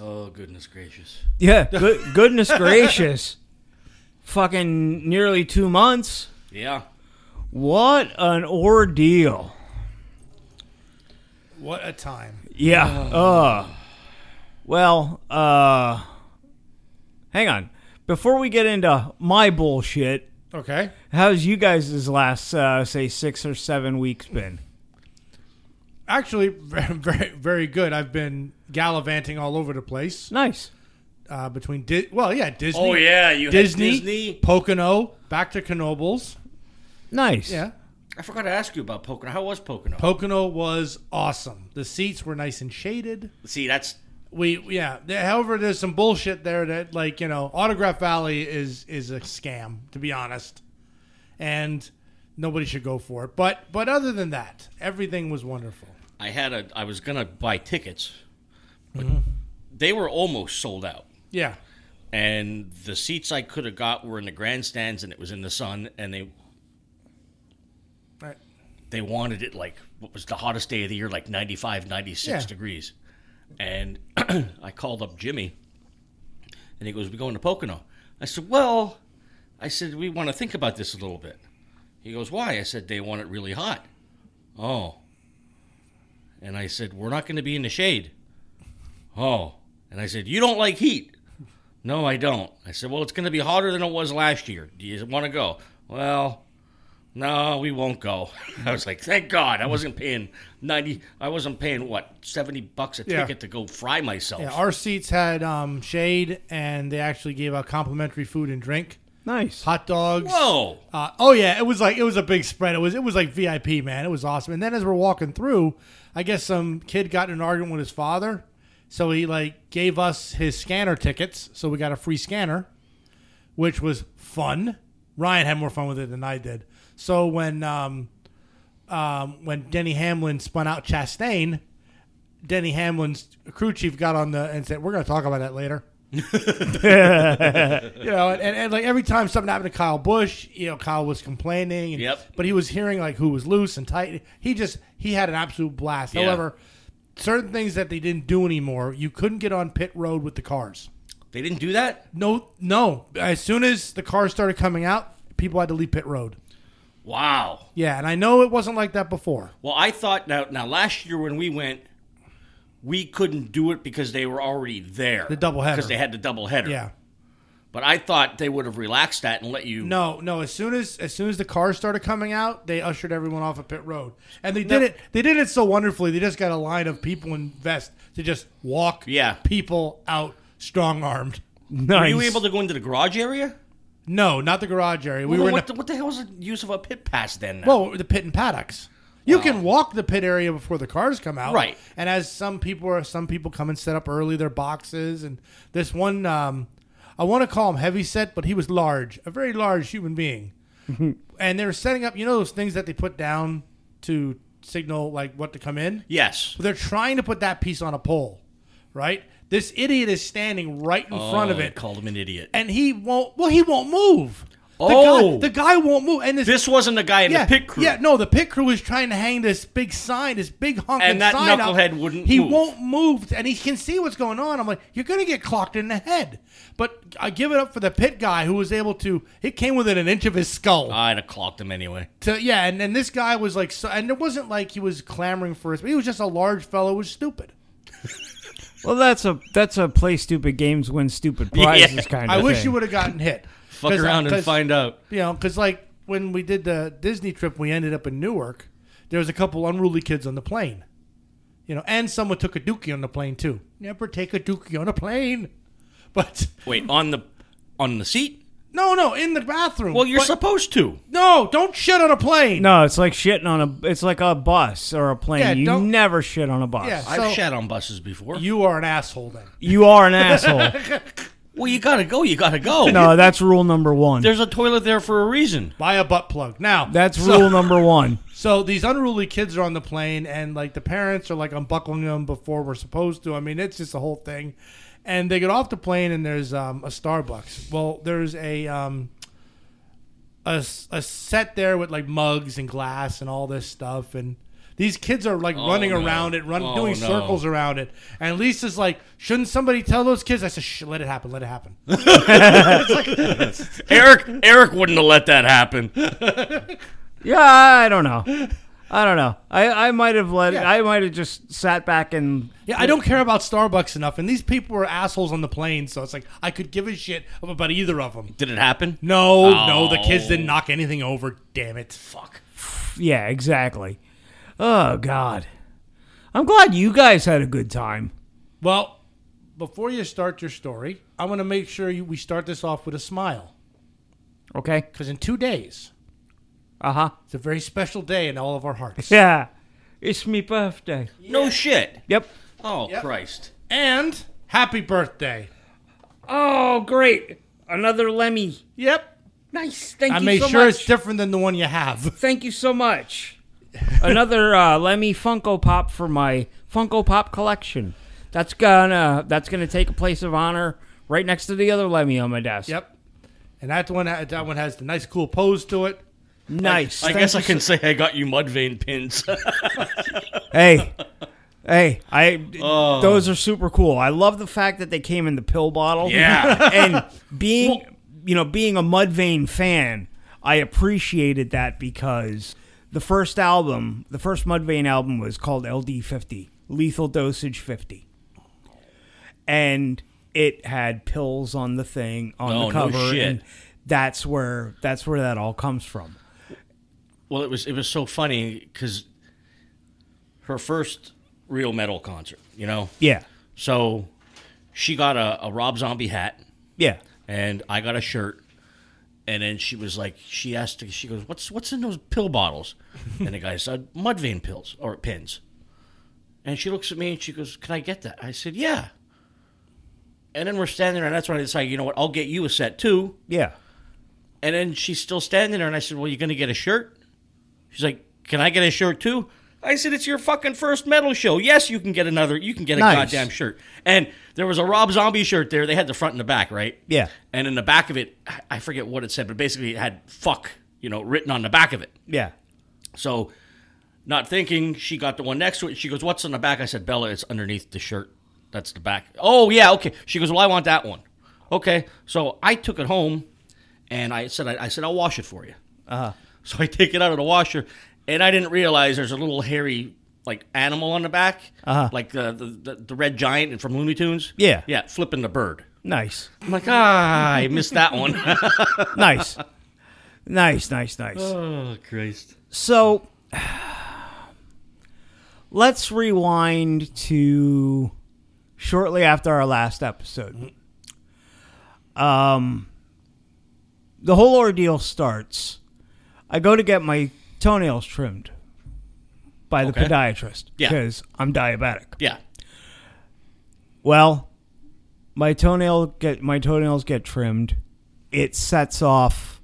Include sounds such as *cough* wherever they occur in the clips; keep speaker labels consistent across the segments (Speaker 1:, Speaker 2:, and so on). Speaker 1: Oh, goodness gracious.
Speaker 2: Yeah, good, goodness gracious. Fucking nearly two months.
Speaker 1: Yeah.
Speaker 2: What an ordeal.
Speaker 3: What a time.
Speaker 2: Yeah. Uh, well, uh, hang on. Before we get into my bullshit,
Speaker 3: Okay.
Speaker 2: how's you guys' last, uh, say, six or seven weeks been?
Speaker 3: Actually, *laughs* very, very, very good. I've been gallivanting all over the place
Speaker 2: Nice.
Speaker 3: uh, between Di- well, yeah, Disney.
Speaker 1: Oh yeah, you
Speaker 3: Disney,
Speaker 1: had Disney.
Speaker 3: Pocono, back to Knobles.
Speaker 2: Nice.
Speaker 3: Yeah.
Speaker 1: I forgot to ask you about Pocono. How was Pocono?
Speaker 3: Pocono was awesome. The seats were nice and shaded.
Speaker 1: See, that's
Speaker 3: We yeah. there- However, there's some bullshit there that like you know, Autograph Valley is is a scam to be honest, and nobody should go for it. But but other than that, everything was wonderful.
Speaker 1: I had a I was gonna buy tickets, but they were almost sold out.
Speaker 3: Yeah.
Speaker 1: And the seats I could have got were in the grandstands, and it was in the sun, and they
Speaker 3: Right.
Speaker 1: they wanted it like what was the hottest day of the year, like 95, 96
Speaker 3: Yeah.
Speaker 1: degrees. And *clears throat* I called up Jimmy, and he goes, "We're going to Pocono." I said, "Well," I said, "We want to think about this a little bit." He goes, "Why?" I said, "They want it really hot." Oh. And I said, "We're not going to be in the shade." Oh. And I said, "You don't like heat." No, I don't. I said, "Well, it's going to be hotter than it was last year. Do you want to go?" Well, no, we won't go. *laughs* I was like, thank God, I wasn't paying ninety. I wasn't paying what seventy bucks a
Speaker 3: Yeah.
Speaker 1: ticket to go fry myself.
Speaker 3: Yeah, our seats had um, shade, and they actually gave out complimentary food and drink,
Speaker 2: Nice.
Speaker 3: hot dogs.
Speaker 1: Whoa!
Speaker 3: Uh, oh yeah, it was like it was a big spread. It was it was like VIP, man. It was awesome. And then as we're walking through, I guess some kid got in an argument with his father, so he like gave us his scanner tickets, so we got a free scanner, which was fun. Ryan had more fun with it than I did. So when um, um, when Denny Hamlin spun out Chastain, Denny Hamlin's crew chief got on the and said, "We're going to talk about that later." *laughs* you know, and, and, and, like every time something happened to Kyle Bush, you know, Kyle was complaining. And,
Speaker 1: Yep.
Speaker 3: But he was hearing like who was loose and tight. He just he had an absolute blast.
Speaker 1: Yeah.
Speaker 3: However, certain things that they didn't do anymore, you couldn't get on pit road with the cars.
Speaker 1: They didn't do that.
Speaker 3: No, no. As soon as the cars started coming out, people had to leave pit road.
Speaker 1: Wow.
Speaker 3: Yeah, and I know it wasn't like that before.
Speaker 1: Well, I thought now. Now last year when we went, we couldn't do it because they were already there. The
Speaker 3: doubleheader.
Speaker 1: because they had the double header.
Speaker 3: Yeah.
Speaker 1: But I thought they would have relaxed that and let you.
Speaker 3: No, no. As soon as as soon as the cars started coming out, they ushered everyone off of pit road, and they did
Speaker 1: No.
Speaker 3: it. They did it so wonderfully. They just got a line of people in vests to just walk.
Speaker 1: Yeah.
Speaker 3: people out strong armed.
Speaker 2: Nice.
Speaker 1: Were you able to go into the garage area?
Speaker 3: No, not the garage area. We
Speaker 1: Well,
Speaker 3: were in
Speaker 1: what,
Speaker 3: the,
Speaker 1: the, what the hell was the use of a pit pass then? Now?
Speaker 3: well the pit and paddocks. You can walk the pit area before the cars come out,
Speaker 1: Right.
Speaker 3: And as some people are, some people come and set up early their boxes, and this one, um, I want to call him heavy set, but he was large, a very large
Speaker 1: *laughs*
Speaker 3: human being. and they were setting up, you know, those things that they put down to signal like what to come in.
Speaker 1: yes.
Speaker 3: But they're trying to put that piece on a pole, right? This idiot is standing right in front of
Speaker 1: Oh,
Speaker 3: it,
Speaker 1: Called him an idiot.
Speaker 3: and he won't. Well, he won't move. The
Speaker 1: Oh.
Speaker 3: guy, the guy won't move, and this,
Speaker 1: This wasn't the guy in
Speaker 3: yeah,
Speaker 1: the pit crew.
Speaker 3: Yeah, no, the pit crew is trying to hang this big sign, this big honking
Speaker 1: And that
Speaker 3: sign
Speaker 1: knucklehead
Speaker 3: up.
Speaker 1: wouldn't
Speaker 3: He
Speaker 1: move.
Speaker 3: won't move, and he can see what's going on. I'm like, you're gonna get clocked in the head. But I give it up for the pit guy who was able to. It came within an inch of his skull.
Speaker 1: I'd have clocked him anyway.
Speaker 3: to, yeah, and, and this guy was like, so, and it wasn't like he was clamoring for his. He was just a large fellow, who was stupid.
Speaker 2: Well, that's a that's a play stupid games, win stupid prizes
Speaker 1: Yeah.
Speaker 2: kind of
Speaker 3: I
Speaker 2: thing.
Speaker 3: wish you would have gotten hit.
Speaker 1: *laughs* Fuck
Speaker 3: 'Cause, uh,
Speaker 1: around and
Speaker 3: 'cause-
Speaker 1: find out.
Speaker 3: you know, because like when we did the Disney trip, we ended up in Newark. There was a couple unruly kids on the plane, you know, and someone took a dookie on the plane too. Never take a dookie on a plane, *laughs* but
Speaker 1: Wait on the on the seat.
Speaker 3: no, no, in the bathroom.
Speaker 1: Well, you're
Speaker 3: But-
Speaker 1: supposed to.
Speaker 3: no, don't shit on a plane.
Speaker 2: No, it's like shitting on a. It's like a bus or a plane.
Speaker 3: Yeah,
Speaker 2: you
Speaker 3: don't-
Speaker 2: never shit on a bus.
Speaker 3: Yeah.
Speaker 1: I've
Speaker 3: So-
Speaker 1: shat on buses before.
Speaker 3: you are an asshole. Then
Speaker 2: You are an
Speaker 3: *laughs*
Speaker 2: asshole.
Speaker 1: well, you gotta go. You gotta go.
Speaker 2: No, that's rule number one.
Speaker 1: There's a toilet there for a reason.
Speaker 3: buy a butt plug now.
Speaker 2: That's
Speaker 3: so-
Speaker 2: rule number
Speaker 3: *laughs*
Speaker 2: one.
Speaker 3: So these unruly kids are on the plane, and like the parents are like unbuckling them before we're supposed to. I mean, it's just a whole thing. And they get off the plane, and there's um, a Starbucks. Well, there's a um, a s- a set there with like mugs and glass and all this stuff, and These kids are like running
Speaker 1: Oh, no.
Speaker 3: around it, run
Speaker 1: Oh,
Speaker 3: doing
Speaker 1: no.
Speaker 3: circles around it. And Lisa's like, shouldn't somebody tell those kids? I said, Shh, let it happen, let
Speaker 1: *laughs*
Speaker 3: it happen.
Speaker 1: Eric Eric wouldn't have let that happen.
Speaker 2: Yeah, I don't know. I don't know. I, I might have let. it
Speaker 3: Yeah.
Speaker 2: I might have just sat back and
Speaker 3: Yeah, I don't care about Starbucks enough, and these people were assholes on the plane, so it's like I could give a shit about either of them.
Speaker 1: *laughs* Did it happen?
Speaker 3: No, no, the kids
Speaker 1: Oh.
Speaker 3: didn't knock anything over. Damn it!
Speaker 1: Fuck.
Speaker 2: Yeah, exactly. Oh God, I'm glad you guys had a good time.
Speaker 3: Well, before you start your story, I'm going to make sure you, we start this off with a smile,
Speaker 2: Okay.
Speaker 3: because in two days,
Speaker 2: Uh huh.
Speaker 3: it's a very special day in all of
Speaker 1: *laughs*
Speaker 3: our hearts.
Speaker 2: Yeah, it's me birthday.
Speaker 1: No shit.
Speaker 2: Yep.
Speaker 1: Oh Christ.
Speaker 3: and happy birthday!
Speaker 2: Oh great, another Lemmy.
Speaker 3: Yep,
Speaker 2: Nice. Thank
Speaker 3: I
Speaker 2: you
Speaker 3: made
Speaker 2: so
Speaker 3: sure
Speaker 2: much.
Speaker 3: it's different than the one you
Speaker 1: *laughs*
Speaker 3: have.
Speaker 2: Thank you so much. another uh, Lemmy Funko Pop for my Funko Pop collection. That's gonna that's gonna take a place of honor right next to the other Lemmy on my desk.
Speaker 3: Yep, and that one that one has the nice cool pose to it.
Speaker 2: Nice.
Speaker 1: I
Speaker 2: Thank
Speaker 1: guess
Speaker 2: you
Speaker 1: I can say I got you mudvayne pins. *laughs*
Speaker 2: hey, hey, I
Speaker 1: Oh.
Speaker 2: those are super cool. I love the fact that they came in the pill bottle.
Speaker 1: Yeah.
Speaker 2: *laughs* and being you know being a Mudvayne fan, I appreciated that because the first album, the first Mudvayne album, was called LD50, Lethal Dosage 50, and it had pills on the thing on
Speaker 1: Oh, no
Speaker 2: the cover.
Speaker 1: shit.
Speaker 2: And that's where that's where that all comes from.
Speaker 1: well, it was it was so funny because her first real metal concert, you know.
Speaker 2: Yeah,
Speaker 1: So she got a, a Rob Zombie hat
Speaker 2: yeah,
Speaker 1: and I got a shirt. And then she was like, she asked, she goes, "What's what's in those pill bottles?" And the guy said, "Mudvayne pills or pins." And she looks at me and she goes, "Can I get that?" I said, "Yeah." And then we're standing there, and that's when I decided, you know what, I'll get you a set too.
Speaker 2: yeah.
Speaker 1: And then she's still standing there, and I said, "Well, you're gonna get a shirt." She's like, "Can I get a shirt too?" I said, "It's your fucking first metal show. Yes, you can get another. You can get a
Speaker 2: Nice.
Speaker 1: goddamn shirt." And there was a Rob Zombie shirt there. They had the front and the back, right?
Speaker 2: Yeah.
Speaker 1: And in the back of it, I- I forget what it said, but basically it had "fuck," you know, written on the back of it.
Speaker 2: Yeah.
Speaker 1: So, not thinking, she got the one next to it. She goes, "What's on the back?" I said, "Bella, it's underneath the shirt. That's the back." Oh yeah, okay. She goes, "Well, I want that one." Okay, so I took it home, and I said, "I, I said I'll wash it for you." Uh-huh. *laughs* So I take it out of the washer, and I didn't realize there's a little hairy like animal on the back, uh-huh. like the, the the the red giant from Looney Tunes.
Speaker 2: Yeah.
Speaker 1: yeah, flipping the bird.
Speaker 2: Nice.
Speaker 1: I'm like, ah, I missed that one.
Speaker 2: nice. Nice, nice, nice.
Speaker 1: *laughs* oh Christ.
Speaker 2: So *sighs* let's rewind to shortly after our last episode. Um the whole ordeal starts. I go to get my toenails trimmed by the
Speaker 1: Okay.
Speaker 2: podiatrist
Speaker 1: Yeah.
Speaker 2: because I'm diabetic.
Speaker 1: Yeah.
Speaker 2: Well, my toenail get my toenails get trimmed. It sets off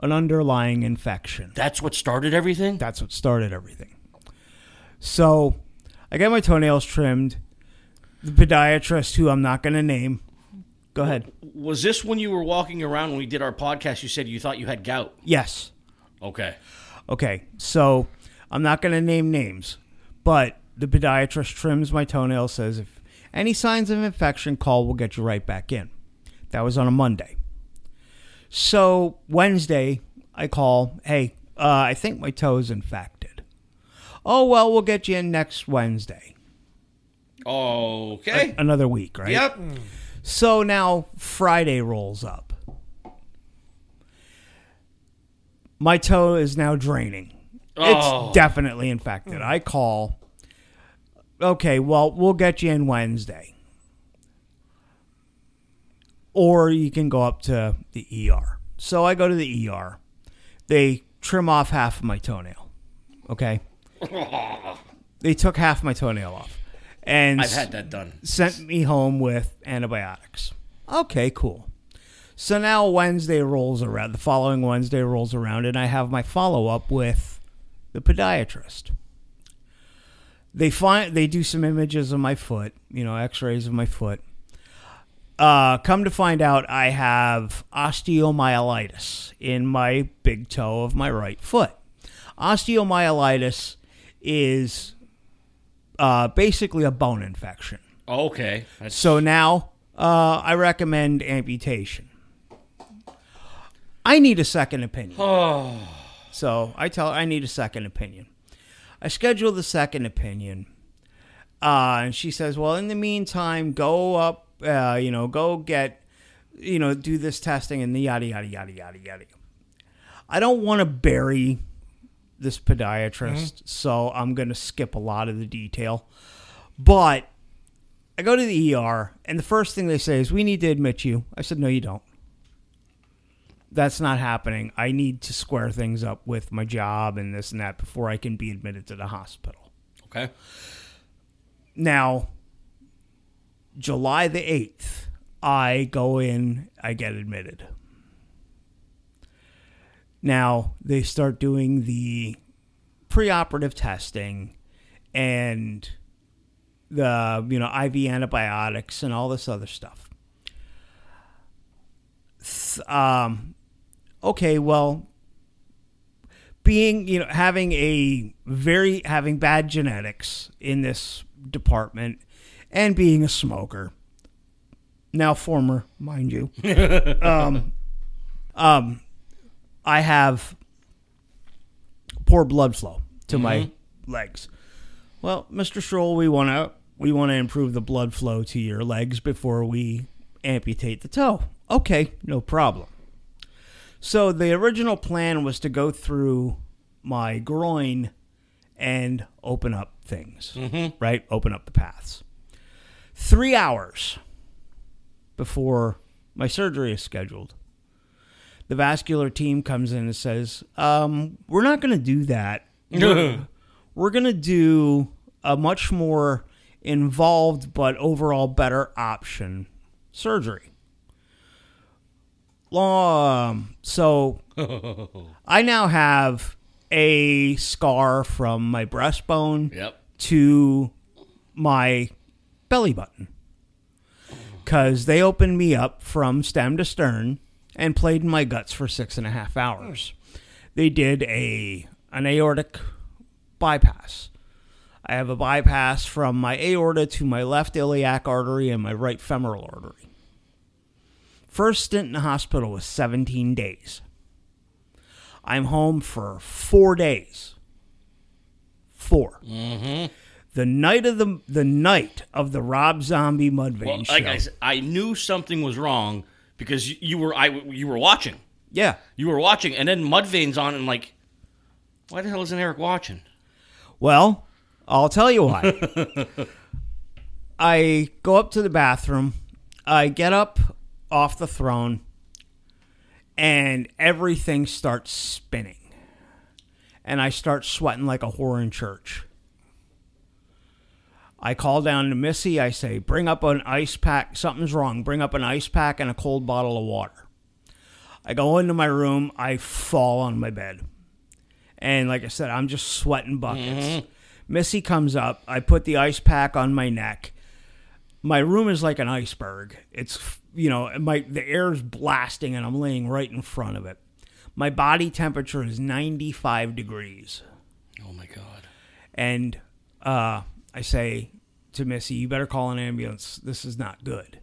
Speaker 2: an underlying infection.
Speaker 1: That's what started everything?
Speaker 2: That's what started everything. So, I got my toenails trimmed. The podiatrist, who I'm not going to name, go ahead.
Speaker 1: Was this when you were walking around when we did our podcast? You said you thought you had gout.
Speaker 2: Yes.
Speaker 1: Okay.
Speaker 2: Okay. So, I'm not going to name names, but the podiatrist trims my toenails. Says if any signs of infection, call. We'll get you right back in. That was on a Monday. So Wednesday, I call, hey, uh, I think my toe's infected. Oh, well, we'll get you in next Wednesday.
Speaker 1: Okay.
Speaker 2: Another week, right?
Speaker 1: yep.
Speaker 2: So now Friday rolls up. My toe is now draining.
Speaker 1: Oh.
Speaker 2: It's definitely infected. I call. Okay, well, we'll get you in Wednesday. Or you can go up to the ER. So I go to the ER. They trim off half of my toenail. Okay?
Speaker 1: *laughs*
Speaker 2: they took half my toenail off. And
Speaker 1: I've had that done.
Speaker 2: sent me home with antibiotics. Okay, cool. So now Wednesday rolls around, the following Wednesday rolls around, and I have my follow up with the podiatrist. They find they do some images of my foot, you know, x-rays of my foot. Uh, come to find out I have osteomyelitis in my big toe of my right foot. Osteomyelitis is uh, basically a bone infection.
Speaker 1: Okay. That's-
Speaker 2: So now uh, I recommend amputation. I need a second opinion.
Speaker 1: Oh.
Speaker 2: So I tell her I need a second opinion. I schedule the second opinion. Uh, and she says, well, in the meantime, go up, uh, you know, go get, you know, do this testing and the yada, yada, yada, yada, yada. I don't want to bury this podiatrist, so I'm going to skip a lot of the detail. But I go to the ER, and the first thing they say is, We need to admit you. I said, No, you don't. That's not happening. I need to square things up with my job and this and that before I can be admitted to the hospital.
Speaker 1: okay.
Speaker 2: Now, July the 8th, I go in, I get admitted. Now, they start doing the preoperative testing and the, you know, IV antibiotics and all this other stuff. Th- Um, okay, well, being you know having a very having bad genetics in this department and being a smoker now former mind you um, um, i have poor blood flow to my legs well mr stroll we want to we want to improve the blood flow to your legs before we amputate the toe okay no problem so the original plan was to go through my groin and open up things, right? Open up the paths. Three hours before my surgery is scheduled, the vascular team comes in and says, um, "We're not going to do that. We're, we're going to do a much more involved but overall better option surgery." Um, so I now have a scar from my breastbone
Speaker 1: Yep.
Speaker 2: to my belly button because they opened me up from stem to stern and played in my guts for six and a half hours. They did a an aortic bypass. I have a bypass from my aorta to my left iliac artery and my right femoral artery. First stint in the hospital was 17 days. I'm home for four days. 4
Speaker 1: Mm-hmm.
Speaker 2: The night of the the night of the Rob Zombie Mudvayne
Speaker 1: Well,
Speaker 2: show.
Speaker 1: like I, said, I knew something was wrong because you, you were I you were watching.
Speaker 2: yeah.
Speaker 1: You were watching, and then Mudvayne's on, and like, why the hell isn't Eric watching?
Speaker 2: Well, I'll tell you why. I go up to the bathroom. I get up off the throne, and everything starts spinning. And I start sweating like a whore in church. I call down to Missy. I say, Bring up an ice pack. Something's wrong. Bring up an ice pack and a cold bottle of water. I go into my room. I fall on my bed. And like I said, I'm just sweating buckets. Missy comes up. I put the ice pack on my neck. My room is like an iceberg. It's you know my the air's blasting and I'm laying right in front of it. My body temperature is 95 degrees,
Speaker 1: Oh my god.
Speaker 2: and uh, I say to Missy, "You better call an ambulance. This is not good."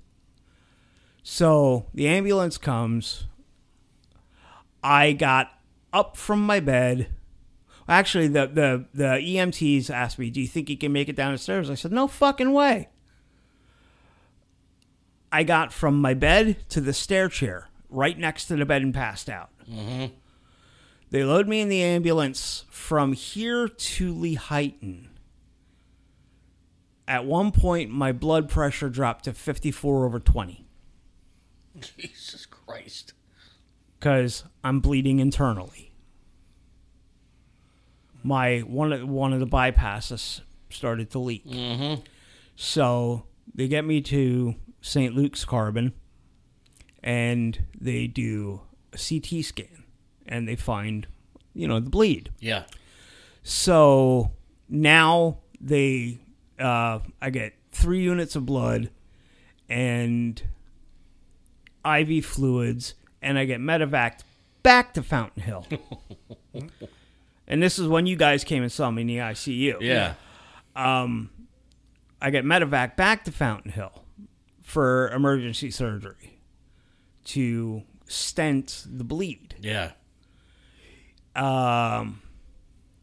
Speaker 2: So the ambulance comes. I got up from my bed. Actually, the, the, the EMTs asked me, Do you think you can make it down the stairs? I said, No fucking way. I got from my bed to the stair chair right next to the bed and passed out. They load me in the ambulance from here to Lehighton. At one point, my blood pressure dropped to 54 over 20
Speaker 1: *laughs* Jesus Christ.
Speaker 2: because I'm bleeding internally. My one of one of the bypasses started to leak, mm-hmm. so they get me to St. Luke's Carbon, and they do a CT scan, and they find, you know, the bleed.
Speaker 1: Yeah.
Speaker 2: So now they, uh, I get three units of blood and IV fluids, and I get medevac back to Fountain Hill. and this is when you guys came and saw me in the ICU.
Speaker 1: Yeah.
Speaker 2: I get medevac back to Fountain Hill for emergency surgery to stent the bleed.
Speaker 1: Yeah.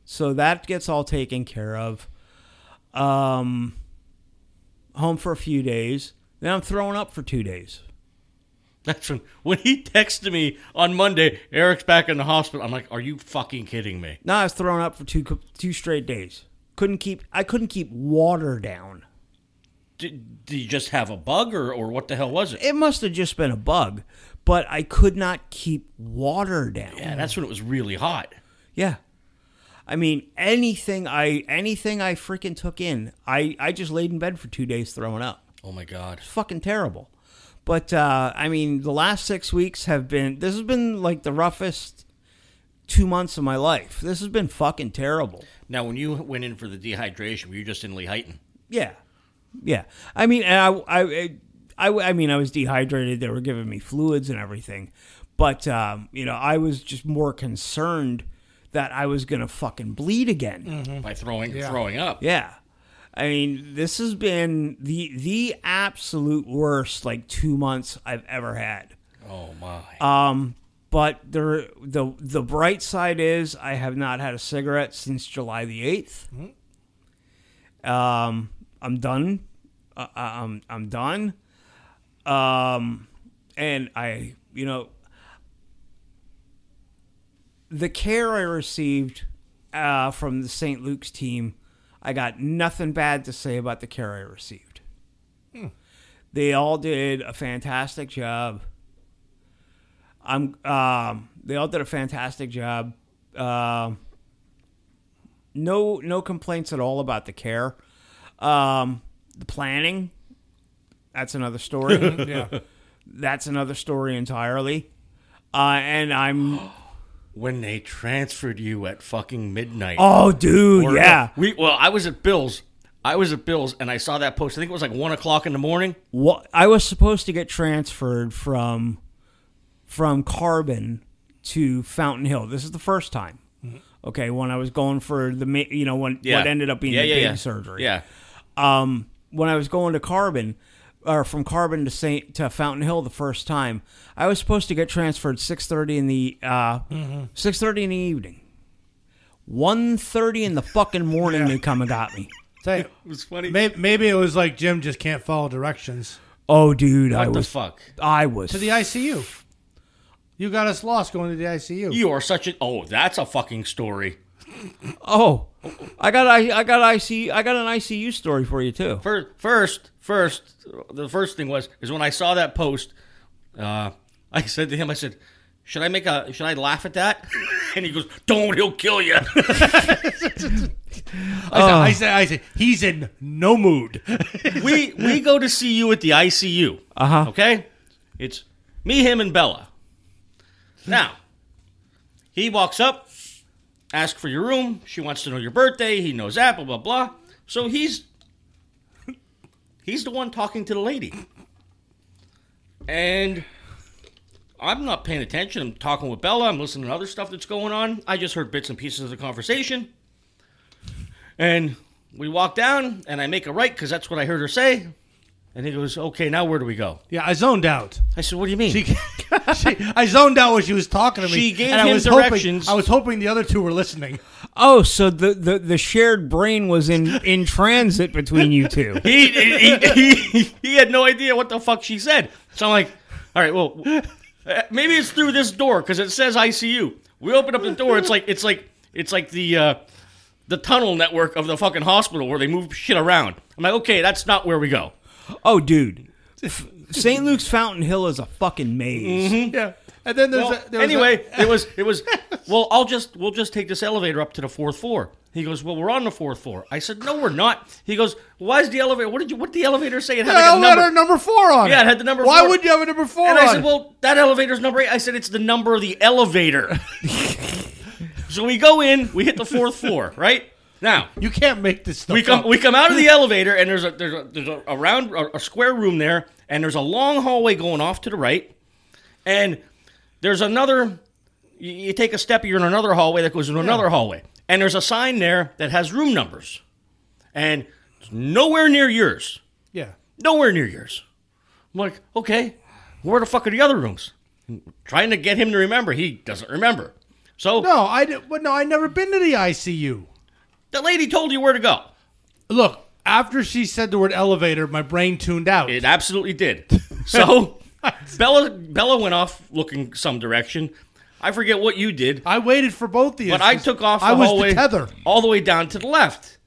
Speaker 2: So that gets all taken care of. Um, home for a few days. Then I'm throwing up for two days.
Speaker 1: That's when, when he texted me on Monday, Eric's back in the hospital. I'm like, are you fucking kidding me?
Speaker 2: No, I was throwing up for two co- two straight days. Couldn't keep I couldn't keep water down.
Speaker 1: Did, did you just have a bug or, or what the hell was it?
Speaker 2: It must have just been a bug, but I could not keep water down.
Speaker 1: Yeah, that's when it was really hot.
Speaker 2: Yeah. I mean, anything I anything I freaking took in, I I just laid in bed for 2 days throwing up.
Speaker 1: Oh my God.
Speaker 2: fucking terrible. But uh, I mean, the last six weeks have been. This has been like the roughest two months of my life. This has been fucking terrible.
Speaker 1: Now, when you went in for the dehydration, were you just in Lehighton?
Speaker 2: Yeah, yeah. I mean, and I, I, I, I mean, I was dehydrated. They were giving me fluids and everything, but um, you know, I was just more concerned that I was gonna fucking bleed again.
Speaker 1: by throwing throwing up?
Speaker 2: Mm-hmm. Yeah. I mean, this has been the the absolute worst like two months I've ever had.
Speaker 1: Oh my.
Speaker 2: Uh, But there, the the bright side is I have not had a cigarette since July the 8th Um, I'm done. Uh, I'm I'm done. Um, and I, you know, the care I received uh, from the St. Luke's team, I got nothing bad to say about the care I received. They all did a fantastic job. I'm um they all did a fantastic job. Um no no complaints at all about the care. Um the planning that's
Speaker 1: *laughs*
Speaker 2: another story.
Speaker 3: Yeah.
Speaker 2: that's another story entirely. Uh and I'm
Speaker 1: when they transferred you at fucking midnight.
Speaker 2: Oh dude,
Speaker 1: Or-
Speaker 2: yeah.
Speaker 1: We well, I was at Bill's. I was at Bill's and I saw that post. I think it was like one o'clock in the morning.
Speaker 2: What I was supposed to get transferred from from Carbon to Fountain Hill. This is the first time. Okay, when I was going for the ma- you know when what ended up being
Speaker 1: Mm-hmm. Yeah,
Speaker 2: the
Speaker 1: yeah,
Speaker 2: big
Speaker 1: yeah.
Speaker 2: surgery.
Speaker 1: Yeah.
Speaker 2: um, when I was going to Carbon or from Carbon to Saint to Fountain Hill the first time, I was supposed to get transferred six thirty in the uh,
Speaker 1: Mm-hmm.
Speaker 2: six thirty in the evening. 1.30 in the fucking morning they come and got me.
Speaker 1: *laughs*
Speaker 3: Say,
Speaker 1: It was funny.
Speaker 3: may- maybe it was like Jim just can't follow directions
Speaker 2: Oh dude, I
Speaker 1: what the
Speaker 2: was
Speaker 1: fuck?
Speaker 2: I was
Speaker 3: to the ICU. You got us lost going to the ICU.
Speaker 1: You are such a oh, that's a fucking story.
Speaker 2: Oh. I got I, I got IC I got an ICU story for you too.
Speaker 1: First, first, first, the first thing was is when I saw that post, uh, I said to him, I said, "Should I make a? Should I laugh at that?" *laughs* And he goes, "Don't, he'll kill you."
Speaker 3: I said, I said, he's in no mood.
Speaker 1: we we go to see you at the ICU. Uh
Speaker 2: Uh-huh.
Speaker 1: huh. Okay, it's me, him, and Bella. Now, he walks up, asks for your room. She wants to know your birthday. He knows that. Blah blah blah. So he's he's the one talking to the lady, and I'm not paying attention. I'm talking with Bella. I'm listening to other stuff that's going on. I just heard bits and pieces of the conversation. And we walk down, and I make a right because that's what I heard her say. And he goes, "Okay, now where do we go?"
Speaker 3: *laughs* yeah, I zoned out.
Speaker 1: I said, "What do you mean?"
Speaker 3: She, *laughs* she, I zoned out when she was talking to me.
Speaker 1: She gave
Speaker 3: and I
Speaker 1: him
Speaker 3: was
Speaker 1: directions.
Speaker 3: Hoping, I was hoping the other two were listening.
Speaker 2: Oh, so the, the, the shared brain was in, in transit between you
Speaker 1: *laughs*
Speaker 2: two.
Speaker 1: he, he, he, he- he had no idea what the fuck she said. So I'm like, "All right, well, uh, maybe it's through this door because it says ICU." We open up the door. It's like it's like it's like the uh, the tunnel network of the fucking hospital where they move shit around. I'm like, "Okay, that's not where we go."
Speaker 2: Oh dude. St. Luke's Fountain Hill is a fucking maze.
Speaker 3: *laughs*
Speaker 1: Mm-hmm.
Speaker 3: yeah. And then there's
Speaker 1: Well,
Speaker 3: a, there was a-
Speaker 1: anyway,
Speaker 3: *laughs*
Speaker 1: it was it was. Well, I'll just we'll just take this elevator up to the fourth floor. He goes, well, we're on the fourth floor. I said, no, we're not. He goes, why's the elevator? What did you? What did the elevator say? It had
Speaker 3: I
Speaker 1: like a
Speaker 3: had
Speaker 1: number.
Speaker 3: a number four on
Speaker 1: Yeah,
Speaker 3: it.
Speaker 1: it had the number
Speaker 3: Why
Speaker 1: four.
Speaker 3: would you have a number four
Speaker 1: And
Speaker 3: on
Speaker 1: I said,
Speaker 3: it?
Speaker 1: well, that elevator's number eight. I said, it's the number of the elevator. so we go in, we hit the fourth floor, right now.
Speaker 3: you can't make this stuff
Speaker 1: We come
Speaker 3: up.
Speaker 1: we come out of the elevator and there's a there's a there's a, a round a, a square room there and there's a long hallway going off to the right and there's another you, you take a step you're in another hallway that goes into another hallway And there's a sign there that has room numbers. And it's nowhere near yours.
Speaker 3: Yeah.
Speaker 1: Nowhere near yours. I'm like, okay, where the fuck are the other rooms? Trying to get him to remember. He doesn't remember. So
Speaker 3: No, I did, but no, I never been to the ICU.
Speaker 1: the lady told you where to go.
Speaker 3: Look, after she said the word elevator, my brain tuned out.
Speaker 1: It absolutely
Speaker 3: *laughs*
Speaker 1: did. So Bella Bella went off looking some direction. I forget what you did,
Speaker 3: I waited for both of you.
Speaker 1: but I took off the
Speaker 3: I was
Speaker 1: whole
Speaker 3: the
Speaker 1: way
Speaker 3: tether.
Speaker 1: all the way down to the left.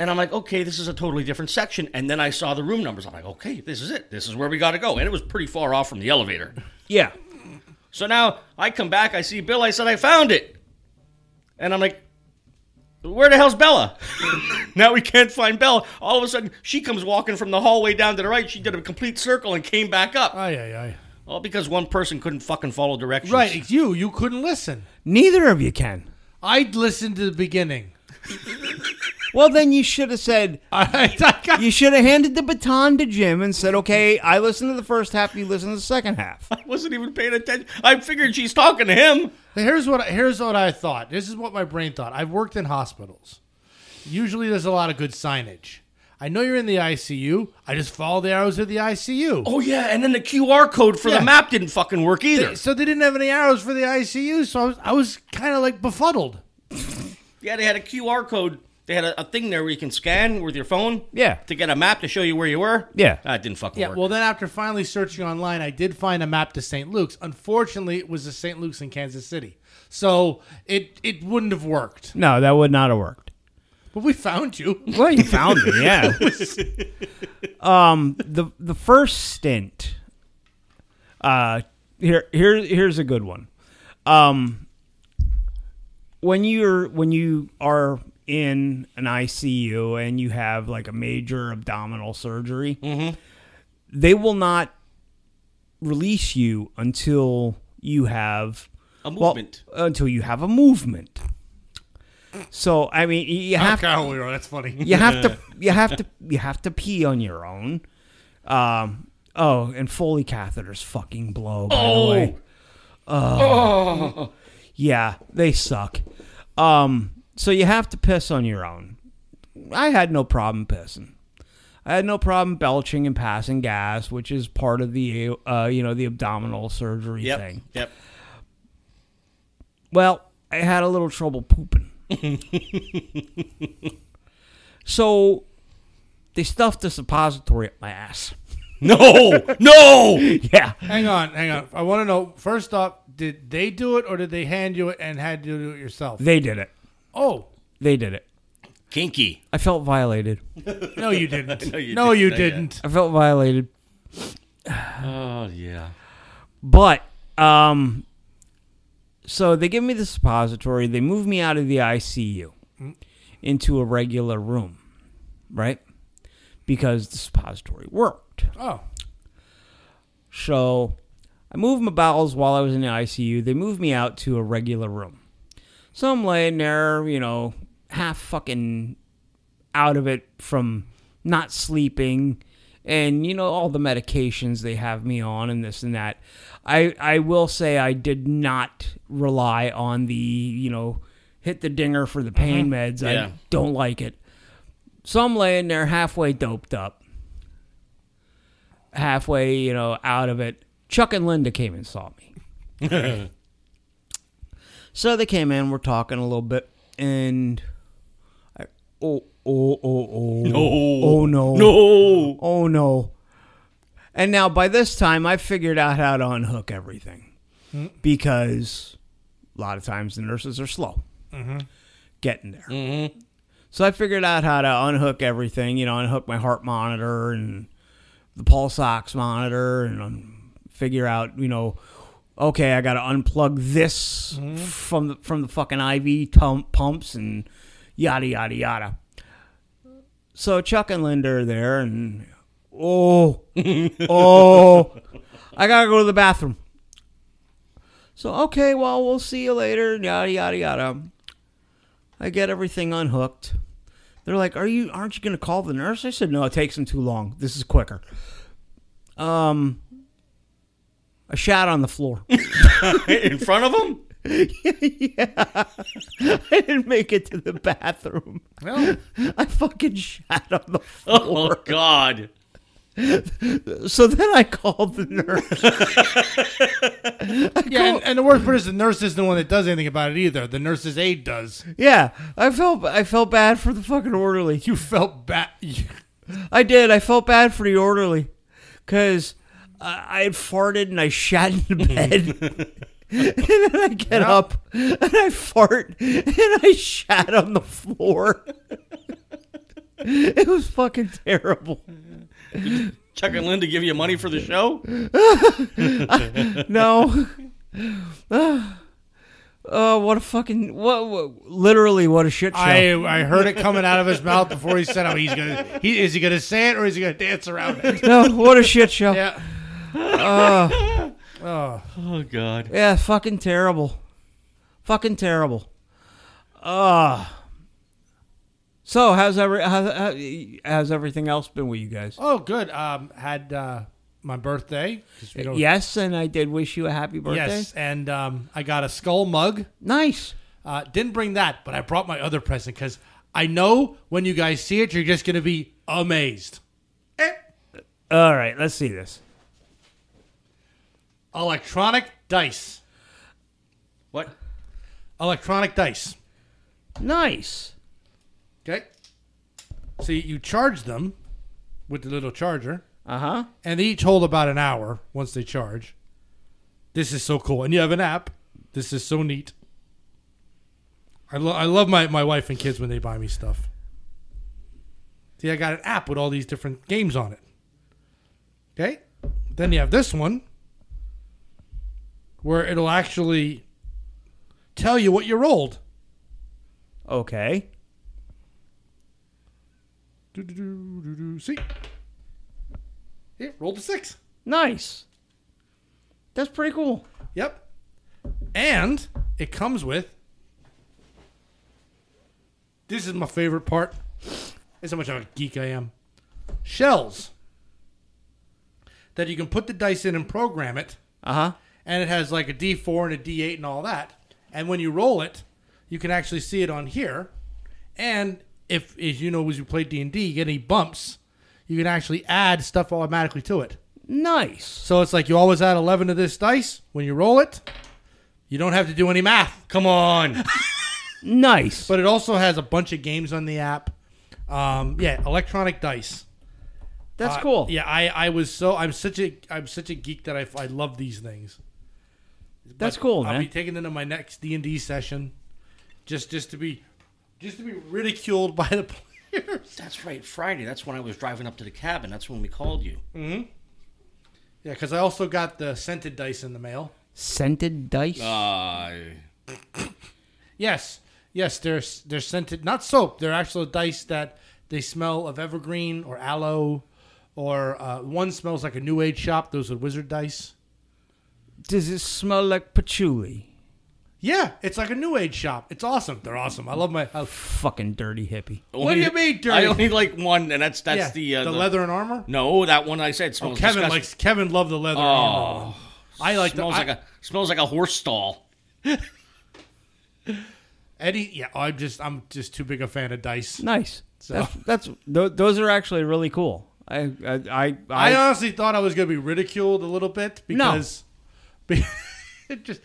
Speaker 1: And I'm like, okay, this is a totally different section. And then I saw the room numbers. I'm like, okay, this is it. This is where we got to go. And it was pretty far off from the elevator.
Speaker 2: Yeah.
Speaker 1: So now I come back, I see Bill, I said, I found it. And I'm like, where the hell's Bella? *laughs* now we can't find Bella. All of a sudden, she comes walking from the hallway down to the right. She did a complete circle and came back up.
Speaker 3: Aye, aye,
Speaker 1: All because one person couldn't fucking follow directions.
Speaker 3: aye. Right, it's you. You couldn't listen.
Speaker 2: Neither of you can.
Speaker 3: I'd listened to the beginning. *laughs*
Speaker 2: Well, then you should have said,
Speaker 3: I, I got-
Speaker 2: you should have handed the baton to Jim and said, okay, I listened to the first half, you listen to the second half.
Speaker 1: *laughs* I wasn't even paying attention. I figured she's talking to him.
Speaker 3: Here's what here's what I thought. This is what my brain thought. I've worked in hospitals. Usually, there's a lot of good signage. I know you're in the ICU. I just follow the arrows of the ICU.
Speaker 1: Oh, yeah. And then the QR code for
Speaker 3: Yeah.
Speaker 1: the map didn't fucking work either.
Speaker 3: So they didn't have any arrows for the ICU. So I was, I was kind of like befuddled.
Speaker 1: Yeah, they had a QR code. They had a, a thing there where you can scan with your phone.
Speaker 2: Yeah.
Speaker 1: To get a map to show you where you were.
Speaker 2: Yeah.
Speaker 1: That didn't fucking
Speaker 3: Yeah.
Speaker 1: work.
Speaker 3: Well, then after finally searching online, I did find a map to St. Luke's. Unfortunately, it was the St. Luke's in Kansas City, so it it wouldn't have worked.
Speaker 2: *laughs* No, that would not have worked.
Speaker 3: But we found *laughs* you.
Speaker 2: Well, you found
Speaker 1: *laughs*
Speaker 2: me, yeah. um, the the first stint. Uh, here here here's a good one. Um, when you're when you are in an ICU and you have like a major abdominal surgery,
Speaker 1: Mm-hmm.
Speaker 2: they will not release you until you have
Speaker 1: a
Speaker 2: well,
Speaker 1: movement.
Speaker 2: until you have a movement. So I mean, y- you have
Speaker 3: God, we were- that's *laughs* funny.
Speaker 2: you have to you have to you have to pee on your own. Um oh, and Foley catheters fucking blow by the way. Yeah, they suck. Um so you have to piss on your own. I had no problem pissing. I had no problem belching and passing gas, which is part of the uh, you know the abdominal surgery
Speaker 1: yep.
Speaker 2: thing.
Speaker 1: Yep.
Speaker 2: Well, I had a little trouble pooping. so they stuffed a suppository up my ass.
Speaker 1: No, no.
Speaker 2: Yeah.
Speaker 3: hang on, hang on. I want to know. First off, did they do it or did they hand you it and had you do it yourself?
Speaker 2: They did it.
Speaker 3: Oh.
Speaker 2: They did it.
Speaker 1: Kinky.
Speaker 2: I felt violated.
Speaker 3: No, you didn't.
Speaker 1: No,
Speaker 3: *laughs* no,
Speaker 1: you
Speaker 3: you,
Speaker 1: didn't.
Speaker 3: didn't.
Speaker 1: No,
Speaker 2: I felt violated.
Speaker 1: Oh yeah.
Speaker 2: But um so they give me the suppository, they move me out of the ICU into a regular room, right? Because the suppository worked.
Speaker 3: Oh,
Speaker 2: So I moved my bowels while I was in the ICU. They moved me out to a regular room. So I'm laying there, you know, half fucking out of it from not sleeping and you know all the medications they have me on and this and that. I I will say I did not rely on the, you know, hit the dinger for the pain meds.
Speaker 1: Yeah.
Speaker 2: I don't like it. So I'm laying there halfway doped up halfway, you know, out of it, Chuck and Linda came and saw me. *laughs* so they came in, we're talking a little bit, and I, oh, oh, oh, oh, no, oh no,
Speaker 1: No.
Speaker 2: oh no. And now by this time, I figured out how to unhook everything because a lot of times the nurses are slow getting there. So I figured out how to unhook everything, you know, unhook my heart monitor and the pulse ox monitor and um, figure out, you know, okay, I got to unplug this from the from the fucking IV tum- pumps and yada yada yada. So Chuck and Linda are there, and oh, oh, I gotta go to the bathroom. So okay, well we'll see you later. Yada yada yada. I get everything unhooked. They're like, "Are you? Aren't you gonna call the nurse?" I said, "No, it takes them too long. This is quicker." Um, I shat on the floor. *laughs*
Speaker 3: *laughs*
Speaker 1: In front of him.
Speaker 2: yeah. I didn't make it to the bathroom.
Speaker 3: Well,
Speaker 2: *laughs* I fucking shat on the floor.
Speaker 1: Oh God.
Speaker 2: So then I called the nurse.
Speaker 3: yeah, and, and the worst part is the nurse isn't the one that does anything about it either. The nurse's aide does.
Speaker 2: Yeah, I felt I felt bad for the fucking orderly.
Speaker 3: You felt bad. *laughs*
Speaker 2: I did. I felt bad for the orderly because I, I had farted and I shat in the bed. *laughs* and then I get up and I fart and I shat on the floor. *laughs* it was fucking terrible.
Speaker 1: Chuck and Linda give you money for the show?
Speaker 2: No. *laughs* Ah. Oh, what a fucking what, what- Literally, what a shit show.
Speaker 3: I I heard it coming out of his mouth before he said, "Oh, he's gonna. He is he gonna say it or is he gonna dance around it?"
Speaker 2: no, what a shit show. Yeah.
Speaker 3: *laughs* Yeah. Oh.
Speaker 1: Oh God.
Speaker 2: fucking terrible. Fucking terrible. Ah. so how's every how, how, how's everything else been with you guys?
Speaker 3: Oh, good. Um, had uh, my birthday. 'cause we don't-
Speaker 2: Yes, and I did wish you a happy birthday.
Speaker 3: Yes, and um, I got a skull mug.
Speaker 2: Nice.
Speaker 3: Uh, didn't bring that, but I brought my other present because I know when you guys see it, you're just gonna be amazed.
Speaker 2: All right, let's see this.
Speaker 3: Electronic dice.
Speaker 1: What?
Speaker 3: Electronic dice.
Speaker 2: Nice.
Speaker 3: Okay. So you charge them with the little charger.
Speaker 2: Uh huh.
Speaker 3: and they each hold about an hour once they charge. This is so cool, and you have an app. This is so neat. I, lo- I love my, my wife and kids when they buy me stuff. See, I got an app with all these different games on it. Okay, then you have this one where it'll actually tell you what you rolled.
Speaker 2: Okay.
Speaker 3: Do-do-do-do-do. See, yeah, rolled a six.
Speaker 2: Nice. That's pretty cool.
Speaker 3: Yep. And it comes with. This is my favorite part. Is how much of a geek I am. Shells that you can put the dice in and program it,
Speaker 2: Uh huh.
Speaker 3: and it has like a D4 and a D8 and all that. And when you roll it, you can actually see it on here. And if, as you know, as you play D and D, you get any bumps, you can actually add stuff automatically to it.
Speaker 2: Nice.
Speaker 3: So it's like you always add 11 to this dice. When you roll it, you don't have to do any math.
Speaker 1: Come
Speaker 2: *laughs*
Speaker 1: on.
Speaker 2: Nice.
Speaker 3: But it also has a bunch of games on the app. Um, yeah, electronic dice.
Speaker 2: That's
Speaker 3: Uh,
Speaker 2: cool.
Speaker 3: Yeah, I, I was so I'm such a I'm such a geek that I, I love these things.
Speaker 2: That's
Speaker 3: But
Speaker 2: cool,
Speaker 3: I'll
Speaker 2: man.
Speaker 3: be taking them to my next D and D session, just just to be just to be ridiculed by the *laughs* players.
Speaker 1: That's right. Friday. That's when I was driving up to the cabin. That's when we called you.
Speaker 3: Yeah, because I also got the scented dice in the mail.
Speaker 2: Scented dice.
Speaker 1: Uh,
Speaker 3: Yes, yes, they're they're scented, not soap. They're actual dice that they smell of evergreen or aloe, or uh, one smells like a new age shop. Those are wizard dice.
Speaker 2: Does it smell like patchouli?
Speaker 3: Yeah, it's like a new age shop. It's awesome. They're awesome. I love my. I,
Speaker 2: Fucking dirty hippie.
Speaker 3: What do you mean, dirty?
Speaker 1: I only like one, and that's that's
Speaker 3: yeah,
Speaker 1: the, uh,
Speaker 3: leather and armor.
Speaker 1: No, that one I said smells.
Speaker 3: Kevin
Speaker 1: disgusting. Oh,
Speaker 3: likes Kevin loved the leather. and armor one. I like
Speaker 1: smells
Speaker 3: the,
Speaker 1: like
Speaker 3: I-
Speaker 1: a smells like a horse stall.
Speaker 3: Eddie. Yeah, I'm just I'm just too big a fan of dice.
Speaker 2: Nice.
Speaker 3: So-
Speaker 2: That's, that's th- those are actually really cool. I I I,
Speaker 3: I
Speaker 2: I,
Speaker 3: honestly thought I was going to be ridiculed a little bit because, *laughs* be- it just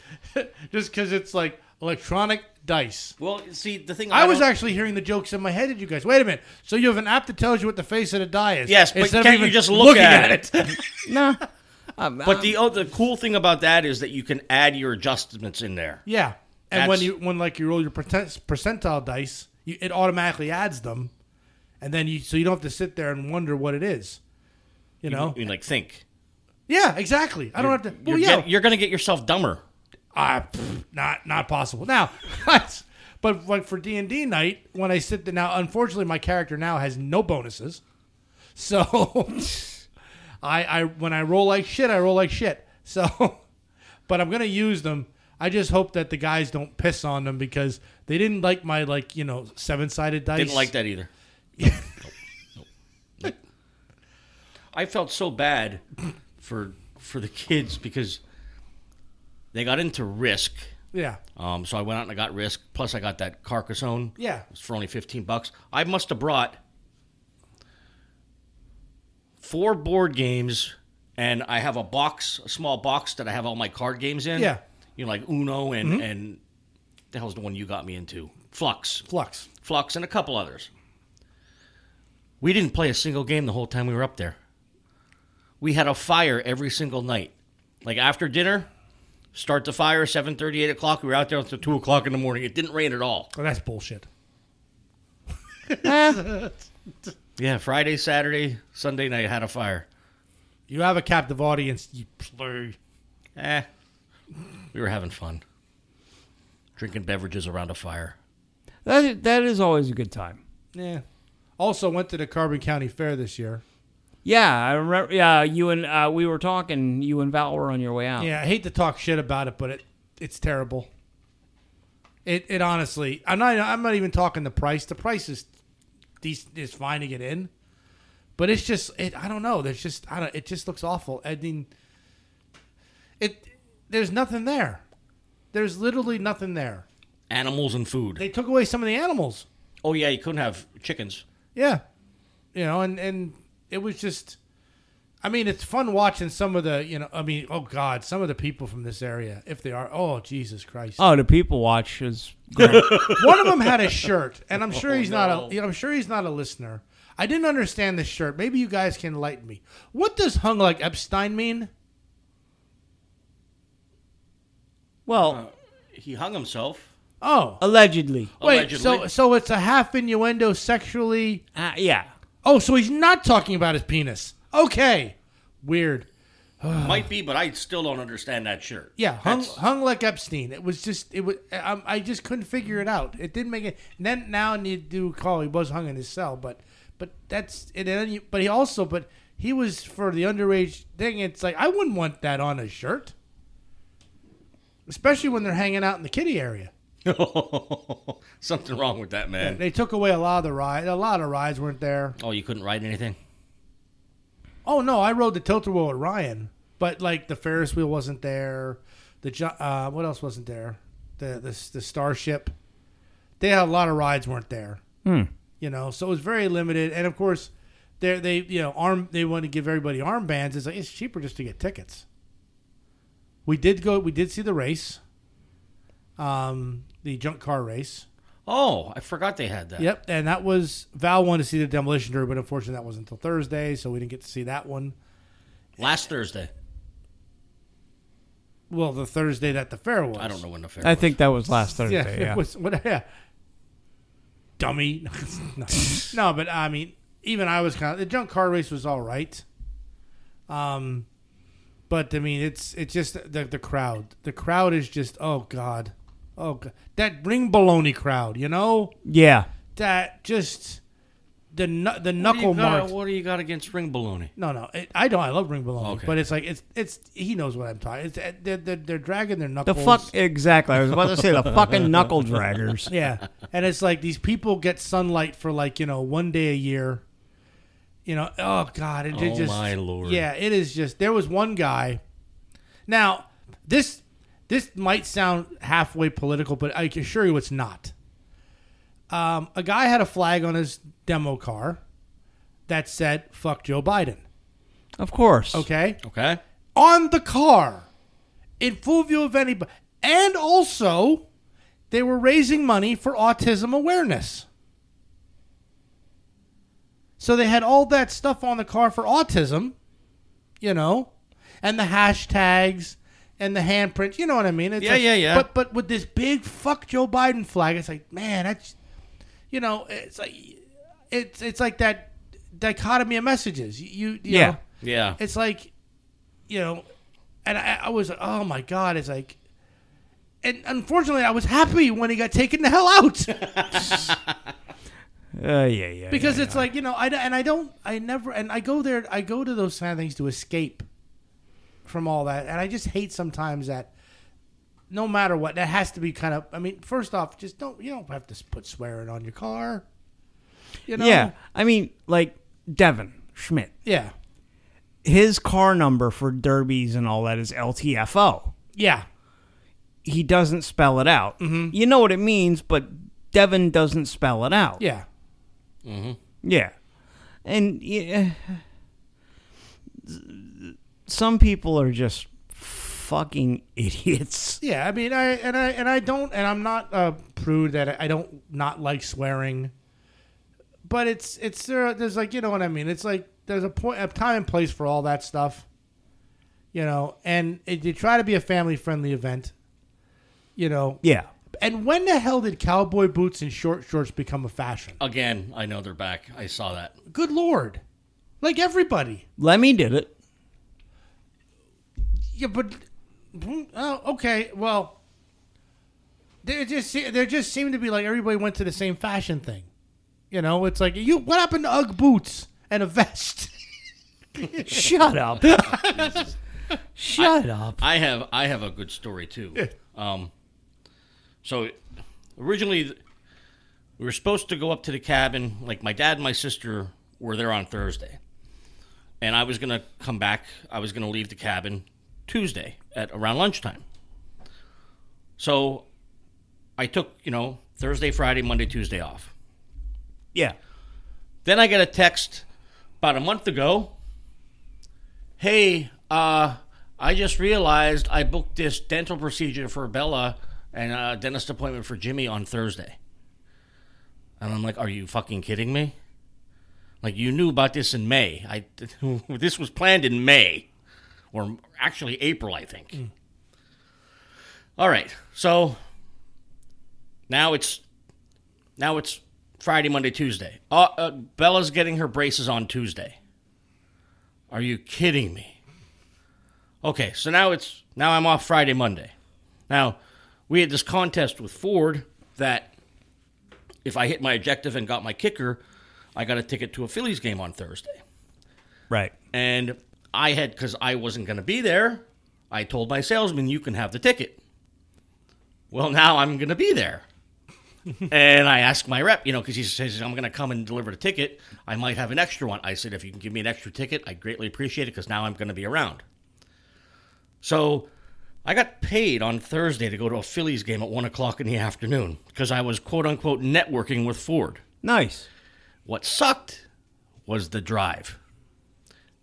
Speaker 3: just because it's like electronic dice.
Speaker 1: Well, see the thing
Speaker 3: I, was
Speaker 1: don't-
Speaker 3: actually hearing the jokes in my head. Did you guys? Wait a minute. So you have an app that tells you what the face of the die is?
Speaker 1: Yes, but
Speaker 3: instead of
Speaker 1: can't you
Speaker 3: even
Speaker 1: just look
Speaker 3: looking
Speaker 1: at *laughs*
Speaker 3: it? *laughs*
Speaker 2: nah. Um,
Speaker 1: But the oh, the cool thing about that is that you can add your adjustments in there.
Speaker 3: yeah, and
Speaker 1: That's-
Speaker 3: when you when like you roll your percent- percentile dice, you, it automatically adds them, and then you so you don't have to sit there and wonder what it is. You know?
Speaker 1: I mean, like think.
Speaker 3: yeah, exactly. I don't have to.
Speaker 1: you're
Speaker 3: Well, yeah,
Speaker 1: get- you're gonna get yourself dumber.
Speaker 3: I pff, not not possible now. *laughs* but- but like for D and D night, when I sit there now, unfortunately, my character now has no bonuses, so *laughs* I I when I roll like shit, I roll like shit. So, *laughs* but I'm gonna use them. I just hope that the guys don't piss on them because they didn't like my like you know seven sided dice.
Speaker 1: Didn't like that either. I felt so bad for for the kids because they got into Risk
Speaker 3: Yeah.
Speaker 1: Um, so I went out and I got Risk. Plus, I got that Carcassonne.
Speaker 3: Yeah.
Speaker 1: It was for only 15 bucks. I must have brought four board games, and I have a box, a small box that I have all my card games in.
Speaker 3: Yeah. Mm-hmm.
Speaker 1: You know, like Uno and, and the hell's the one you got me into? Flux.
Speaker 3: Flux.
Speaker 1: Flux and a couple others. We didn't play a single game the whole time we were up there. We had a fire every single night. Like after dinner, start the fire, 7.30, 8 o'clock. We were out there until 2 o'clock in the morning. It didn't rain at all.
Speaker 3: Oh, that's bullshit.
Speaker 2: eh,
Speaker 1: Yeah, Friday, Saturday, Sunday night had a fire.
Speaker 3: You have a captive audience. You play.
Speaker 1: Eh, we were having fun. Drinking beverages around a fire.
Speaker 2: That that is always a good time.
Speaker 3: Yeah. Also went to the Carbon County Fair this year.
Speaker 2: Yeah, I remember. Yeah, you and uh, we were talking. You and Val were on your way out.
Speaker 3: Yeah, I hate to talk shit about it, but it it's terrible. It it honestly, I'm not I'm not even talking the price. The price is decent, is fine to get in, but it's just it. I don't know. There's just I don't. It just looks awful. I mean, it there's nothing there. There's literally nothing there.
Speaker 1: Animals and food.
Speaker 3: They took away some of the animals.
Speaker 1: Oh, yeah, you couldn't have chickens.
Speaker 3: Yeah. You know, and and it was just I mean, it's fun watching some of the, you know, I mean, oh god, some of the people from this area, if they are. Oh, Jesus Christ.
Speaker 2: Oh, the people watch is
Speaker 3: *laughs*
Speaker 2: great.
Speaker 3: One of them had a shirt, and I'm
Speaker 1: *laughs*
Speaker 3: sure
Speaker 1: Oh,
Speaker 3: he's
Speaker 1: no.
Speaker 3: not a I'm sure he's not a listener. I didn't understand this shirt. Maybe you guys can enlighten me. What does hung like Epstein mean?
Speaker 2: well,
Speaker 1: He hung himself.
Speaker 3: Oh.
Speaker 2: allegedly.
Speaker 3: Wait,
Speaker 1: allegedly.
Speaker 3: so so it's a half innuendo sexually
Speaker 2: Uh, yeah.
Speaker 3: Oh, so he's not talking about his penis. Okay. Weird.
Speaker 1: Might be, but I still don't understand that shirt.
Speaker 3: Yeah, hung,
Speaker 1: That's-
Speaker 3: hung like Epstein. It was just it was I, I just couldn't figure it out. It didn't make it. And then now you do call he was hung in his cell, but but that's and then you, but he also but he was for the underage thing. It's like I wouldn't want that on a shirt, especially when they're hanging out in the kitty area.
Speaker 1: *laughs* Something wrong with that man.
Speaker 3: They took away a lot of the rides. A lot of rides weren't there.
Speaker 1: Oh, you couldn't ride anything.
Speaker 3: Oh no, I rode the tilter wheel with Ryan, but like the Ferris wheel wasn't there. The ju- uh, what else wasn't there? The the the starship. They had a lot of rides weren't there. You know, so it was very limited, and of course, they they you know arm they want to give everybody armbands. It's like it's cheaper just to get tickets. We did go. We did see the race. Um, the junk car race.
Speaker 1: Oh, I forgot they had that.
Speaker 3: Yep, and that was Val wanted to see the demolition derby, but unfortunately that wasn't until Thursday, so we didn't get to see that one.
Speaker 1: Last Thursday.
Speaker 3: Well, the Thursday that the fair was.
Speaker 1: I don't know when the fair.
Speaker 2: I
Speaker 1: was.
Speaker 2: think that was last Thursday.
Speaker 3: Yeah,
Speaker 2: Yeah.
Speaker 3: it was what? Yeah. Dummy. *laughs* no. No, but I mean, even I was kind of the junk car race was all right. Um, but I mean, it's it's just the the crowd. The crowd is just oh god, oh god. that ring baloney crowd. You know
Speaker 2: Yeah.
Speaker 3: that just the knu- the
Speaker 1: What do you
Speaker 3: knuckle
Speaker 1: got-
Speaker 3: marks.
Speaker 1: What do you got against ring baloney?
Speaker 3: No, no, it, I don't. I love ring baloney,
Speaker 1: Okay.
Speaker 3: but it's like it's it's he knows what I'm talking. It's, they're, they're they're dragging their
Speaker 2: The
Speaker 3: knuckles.
Speaker 2: fuck exactly. I was about to say the fucking knuckle
Speaker 3: *laughs*
Speaker 2: draggers.
Speaker 3: Yeah. And it's like these people get sunlight for like, you know, one day a year. You know, oh God. It, it
Speaker 1: Oh,
Speaker 3: just
Speaker 1: my Lord.
Speaker 3: Yeah, it is just there was one guy. Now, this this might sound halfway political, but I can assure you it's not. Um, a guy had a flag on his demo car that said fuck Joe Biden.
Speaker 2: Of course.
Speaker 3: Okay?
Speaker 1: Okay.
Speaker 3: on the car in full view of anybody. And also, they were raising money for autism awareness. So they had all that stuff on the car for autism, you know, and the hashtags and the handprints. You know what I mean? It's
Speaker 1: Yeah,
Speaker 3: like-
Speaker 1: yeah, yeah.
Speaker 3: But but with this big fuck Joe Biden flag, it's like man, that's you know, it's like it's it's like that dichotomy of messages. You, you, you
Speaker 2: Yeah.
Speaker 3: know,
Speaker 1: Yeah.
Speaker 3: it's like, you know, and I, I was like, oh my god, it's like, and unfortunately, I was happy when he got taken the
Speaker 2: *laughs*
Speaker 3: hell out
Speaker 2: Uh, yeah, yeah.
Speaker 3: because it's like you know, I and I don't, I never, and I go there, I go to those kind of things to escape from all that, and I just hate sometimes that. No matter what, that has to be kind of. I mean, first off, just don't. You don't have to put swearing on your car. You know.
Speaker 2: Yeah. I mean, like Devin Schmidt.
Speaker 3: Yeah.
Speaker 2: His car number for derbies and all that is LTFO.
Speaker 3: Yeah.
Speaker 2: he doesn't spell it out. You know what it means, but Devin doesn't spell it out.
Speaker 3: Yeah.
Speaker 2: Yeah. And yeah, some people are just fucking *laughs* idiots.
Speaker 3: Yeah, I mean, I and I and I don't, and I'm not a prude that I, I don't not like swearing, but it's it's there. There's like you know what I mean. It's like there's a point, a time and place for all that stuff, you know. And it, you try to be a family friendly event, you know.
Speaker 2: Yeah.
Speaker 3: And when the hell did cowboy boots and short shorts become a fashion?
Speaker 1: Again, I know they're back. I saw that.
Speaker 3: Good lord, like everybody.
Speaker 2: Lemmy did it.
Speaker 3: Yeah, but mm, oh, okay. Well, there just se- there just seemed to be like everybody went to the same fashion thing. You know, it's like you. What happened to UGG boots and a vest? *laughs*
Speaker 2: Shut up. Shut up.
Speaker 1: I have I have a good story too. Um, so originally th- we were supposed to go up to the cabin. Like my dad and my sister were there on Thursday, and I was gonna come back. I was gonna leave the cabin Tuesday at around lunchtime. So I took you know Thursday, Friday, Monday, Tuesday off.
Speaker 2: Yeah.
Speaker 1: Then I got a text about a month ago. Hey, uh, I just realized I booked this dental procedure for Bella and a dentist appointment for Jimmy on Thursday. And I'm like, are you fucking kidding me? Like, you knew about this in May. I, *laughs* this was planned in May, or actually April, I think. All right. So now it's now it's Friday, Monday, Tuesday. Uh, uh, Bella's getting her braces on Tuesday. Are you kidding me? Okay, so now it's now I'm off Friday, Monday. Now we had this contest with Ford that if I hit my objective and got my kicker, I got a ticket to a Phillies game on Thursday.
Speaker 2: Right.
Speaker 1: And I had, because I wasn't going to be there, I told my salesman, you can have the ticket. Well, now I'm going to be there. and I asked my rep, you know, because he says, I'm going to come and deliver the ticket. I might have an extra one. I said, if you can give me an extra ticket, I greatly appreciate it because now I'm going to be around. So I got paid on Thursday to go to a Phillies game at 1 o'clock in the afternoon because I was quote unquote networking with Ford.
Speaker 2: Nice.
Speaker 1: What sucked was the drive.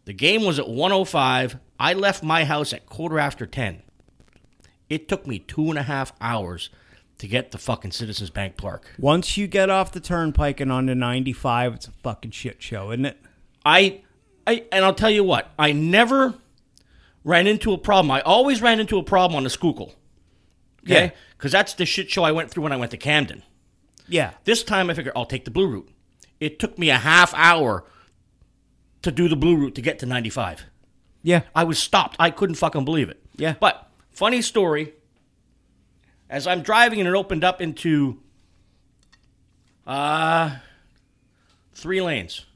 Speaker 1: The game was at 105. I left my house at quarter after 10. It took me two and a half hours to get to fucking Citizens Bank Park.
Speaker 2: Once you get off the turnpike and onto 95, it's a fucking shit show, isn't it?
Speaker 1: I, I, and I'll tell you what, I never ran into a problem. I always ran into a problem on the Schuylkill.
Speaker 2: Yeah.
Speaker 1: Okay? Because that's the shit show I went through when I went to Camden.
Speaker 2: Yeah.
Speaker 1: This time I figured I'll take the blue route. It took me a half hour to do the blue route to get to 95.
Speaker 2: Yeah.
Speaker 1: I was stopped. I couldn't fucking believe it.
Speaker 2: Yeah.
Speaker 1: But funny story. As I'm driving and it opened up into uh three lanes.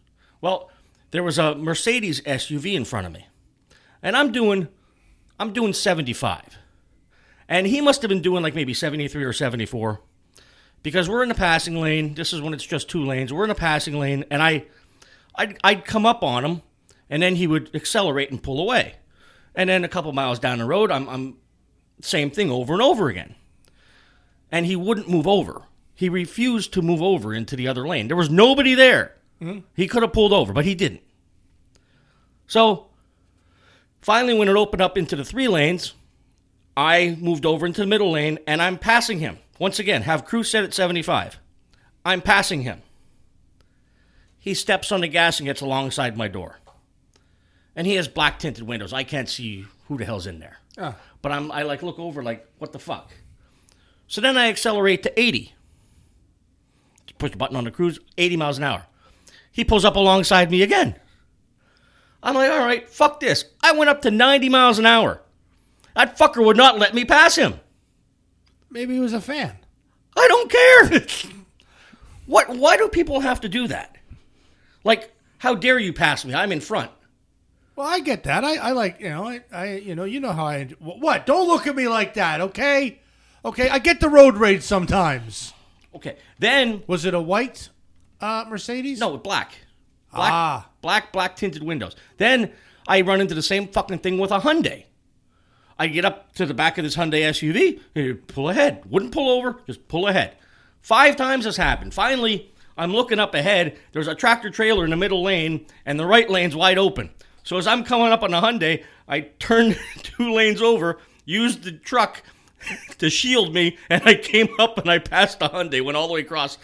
Speaker 1: Well, there was a Mercedes SUV in front of me. And I'm doing I'm doing 75. And he must have been doing like maybe 73 or 74 because we're in the passing lane. This is when it's just two lanes. We're in the passing lane and I I'd, I'd come up on him, and then he would accelerate and pull away. And then a couple miles down the road, I'm, I'm same thing over and over again. And he wouldn't move over. He refused to move over into the other lane. There was nobody there. He could have pulled over, but he didn't. So finally, when it opened up into the three lanes, I moved over into the middle lane and I'm passing him. Once again, have Cruz set at 75. I'm passing him. He steps on the gas and gets alongside my door. And he has black tinted windows. I can't see who the hell's in there.
Speaker 3: Ah.
Speaker 1: But I'm I like look over like what the fuck. So then I accelerate to 80. Push the button on the cruise, 80 miles an hour. He pulls up alongside me again. I'm like, all right, fuck this. I went up to 90 miles an hour. That fucker would not let me pass him.
Speaker 3: Maybe he was a fan.
Speaker 1: I don't care. what? Why do people have to do that? Like, how dare you pass me? I'm in front.
Speaker 3: Well, I get that. I, I like you know I, I you know you know how I enj- wh- what don't look at me like that. Okay, okay. I get the road rage sometimes.
Speaker 1: Okay. Then
Speaker 3: Was it a white uh, Mercedes?
Speaker 1: no, black, black,
Speaker 3: Ah.
Speaker 1: black, black tinted windows. Then I run into the same fucking thing with a Hyundai. I get up to the back of this Hyundai SUV, and he'd pull ahead. Wouldn't pull over, just pull ahead. Five times this happened. Finally, I'm looking up ahead. There's a tractor trailer in the middle lane, and the right lane's wide open. So as I'm coming up on the Hyundai, I turned *laughs* two lanes over, used the truck *laughs* to shield me, and I came up and I passed the Hyundai, went all the way across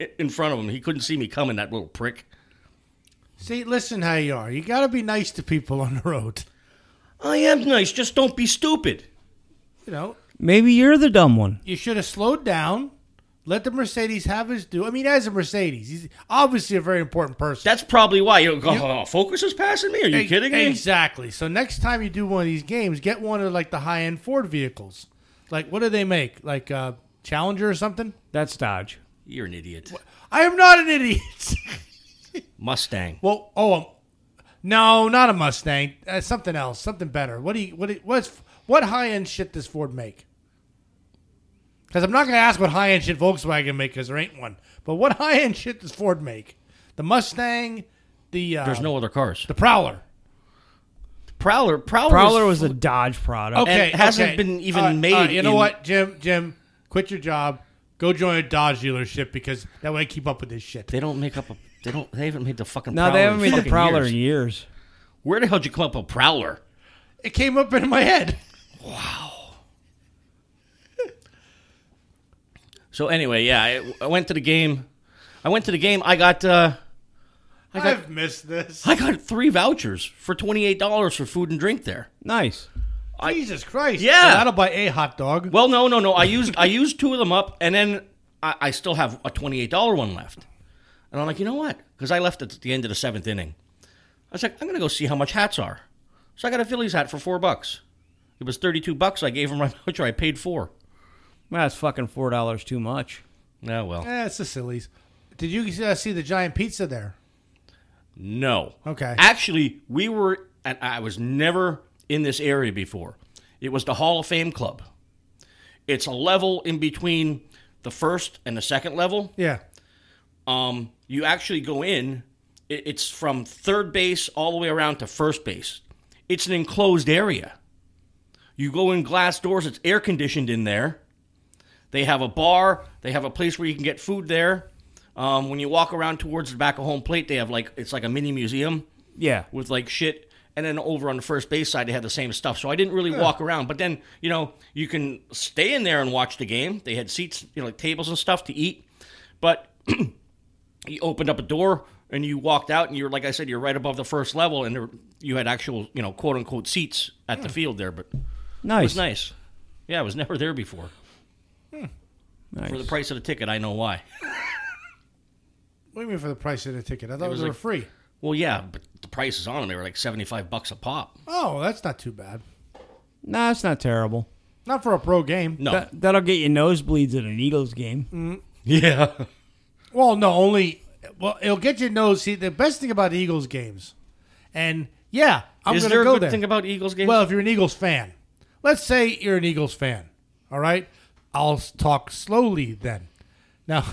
Speaker 1: i- in front of him. He couldn't see me coming, that little prick.
Speaker 3: See, listen how you are. You got to be nice to people on the road.
Speaker 1: I am nice, just don't be stupid.
Speaker 3: You know,
Speaker 2: Maybe you're the dumb one.
Speaker 3: you should have slowed down. Let the Mercedes have his due. I mean, as a Mercedes, he's obviously a very important person.
Speaker 1: That's probably why you go, oh, Focus is passing me? Are you
Speaker 3: Ex-
Speaker 1: kidding me?
Speaker 3: Exactly. So next time you do one of these games, get one of like the high end Ford vehicles. Like what do they make? Like uh Challenger or something?
Speaker 2: That's Dodge.
Speaker 1: You're an idiot.
Speaker 3: I am not an idiot. *laughs*
Speaker 1: Mustang.
Speaker 3: well, oh, um, no, not a Mustang. Uh, something else, something better. What do you what do- what's what high end shit does Ford make? Because I'm not going to ask what high end shit Volkswagen make because there ain't one. But what high end shit does Ford make? The Mustang, the uh,
Speaker 1: There's no other cars.
Speaker 3: the Prowler.
Speaker 1: Prowler. Prowler.
Speaker 2: Prowler was a Dodge product.
Speaker 1: and it hasn't been even
Speaker 3: All right,
Speaker 1: made
Speaker 3: all right, you know
Speaker 1: in-
Speaker 3: what, Jim? Jim, quit your job. Go join a Dodge dealership because that way I keep up with this shit.
Speaker 1: They don't make up a. They don't. They haven't made the fucking.
Speaker 2: No,
Speaker 1: Prowler
Speaker 2: they
Speaker 1: in
Speaker 2: haven't made the
Speaker 1: fucking
Speaker 2: Prowler
Speaker 1: years.
Speaker 2: in years.
Speaker 1: Where the hell did you come up with Prowler?
Speaker 3: It came up into my head.
Speaker 1: So anyway, yeah, I, I went to the game. I went to the game. I got. Uh,
Speaker 3: I
Speaker 1: got-
Speaker 3: have missed this.
Speaker 1: I got three vouchers for twenty eight dollars for food and drink there.
Speaker 2: Nice.
Speaker 3: Jesus Christ!
Speaker 1: Yeah.
Speaker 3: Well, that'll buy a hot dog.
Speaker 1: Well, no, no, no. I used I used two of them up, and then I, I still have a twenty eight dollar one left. And I'm like, you know what? Because I left at the end of the seventh inning. I was like, I'm gonna go see how much hats are. So I got a Phillies hat for four bucks. It was thirty two bucks. I gave him my *laughs* voucher. I paid four.
Speaker 2: Well, that's fucking four dollars too much.
Speaker 1: Oh well.
Speaker 3: Eh, it's the sillies. Did you uh, see the giant pizza there?
Speaker 1: No.
Speaker 3: Okay.
Speaker 1: Actually, we were, and I was never in this area before. It was the Hall of Fame Club. It's a level in between the first and the second level.
Speaker 3: Yeah.
Speaker 1: Um, you actually go in. It, it's from third base all the way around to first base. It's an enclosed area. You go in glass doors. It's air conditioned in there. They have a bar. They have a place where you can get food there. Um, when you walk around towards the back of home plate, they have like it's like a mini museum
Speaker 2: Yeah.
Speaker 1: with like shit. And then over on the first base side, they had the same stuff. So I didn't really walk around. But then, you know, you can stay in there and watch the game. They had seats, you know, like tables and stuff to eat. But *clears throat* you opened up a door and you walked out, and you're, like I said, you're right above the first level. And there, you had actual, you know, quote unquote seats at the field there. But it
Speaker 2: Nice.
Speaker 1: was nice. Yeah, I was never there before. For the price of the ticket, I know why.
Speaker 3: What do you mean for the price of the ticket? I thought it
Speaker 1: was
Speaker 3: they were
Speaker 1: like-
Speaker 3: free.
Speaker 1: Well, yeah, but the prices on them, they were like 75 bucks a pop.
Speaker 3: Oh, that's not too bad.
Speaker 2: Nah, it's not terrible.
Speaker 3: Not for a pro game.
Speaker 1: No.
Speaker 2: That, that'll get you nosebleeds at an Eagles game.
Speaker 1: Mm. yeah.
Speaker 3: Well, no, only well, it'll get your nose. See, the best thing about Eagles games, and yeah, I'm
Speaker 1: Is
Speaker 3: gonna
Speaker 1: there a
Speaker 3: go
Speaker 1: good
Speaker 3: there.
Speaker 1: thing about Eagles games?
Speaker 3: well, if you're an Eagles fan, let's say you're an Eagles fan. All right, I'll s- talk slowly then. Now,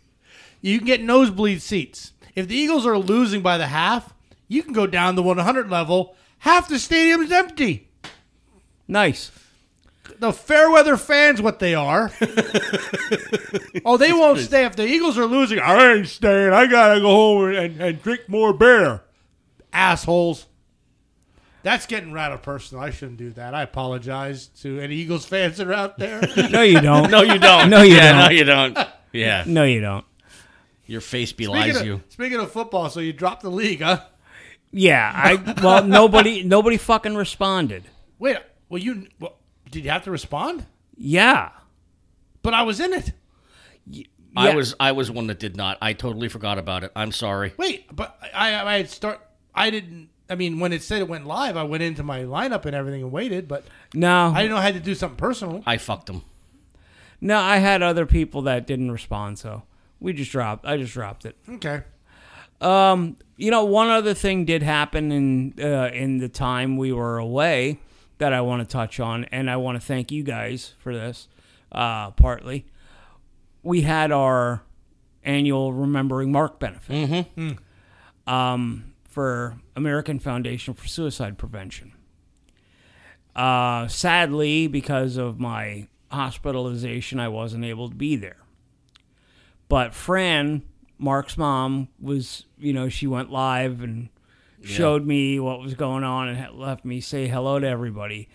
Speaker 3: *laughs* you can get nosebleed seats. If the Eagles are losing by the half, you can go down the 100 level. Half the stadium's empty.
Speaker 2: Nice.
Speaker 3: The fair weather fans, what they are. oh, they won't stay. If the Eagles are losing, I ain't staying. I got to go home and, and drink more beer. Assholes. That's getting rather personal. I shouldn't do that. I apologize to any Eagles fans that are out there.
Speaker 1: *laughs*
Speaker 2: No, you don't.
Speaker 1: No, you don't.
Speaker 2: No, you
Speaker 1: yeah,
Speaker 2: don't.
Speaker 1: No, you don't. Yeah,
Speaker 2: No, you don't.
Speaker 1: *laughs* your face
Speaker 3: speaking,
Speaker 1: belies
Speaker 3: of,
Speaker 1: you.
Speaker 3: speaking of football, so you dropped the league, huh?
Speaker 2: Yeah. I
Speaker 1: *laughs*
Speaker 2: well, nobody, nobody fucking responded.
Speaker 3: Wait, well, you well, did you have to respond?
Speaker 2: Yeah.
Speaker 3: But I was in it.
Speaker 1: I
Speaker 2: Yeah.
Speaker 1: was I was one that did not. I totally forgot about it. I'm sorry.
Speaker 3: Wait, but I I I had start. I didn't. I mean, when it said it went live, I went into my lineup and everything and waited, but
Speaker 2: No.
Speaker 3: I didn't know I had to do something personal.
Speaker 1: I fucked him.
Speaker 2: no, I had other people that didn't respond, so we just dropped. I just dropped it.
Speaker 3: Okay.
Speaker 2: Um, you know, one other thing did happen in uh, in the time we were away that I want to touch on, and I want to thank you guys for this. Uh, partly, we had our annual Remembering Mark benefit um, for American Foundation for Suicide Prevention. Uh, sadly, because of my hospitalization, I wasn't able to be there. But Fran, Mark's mom, was, you know, she went live and showed me what was going on and had- left me say hello to everybody.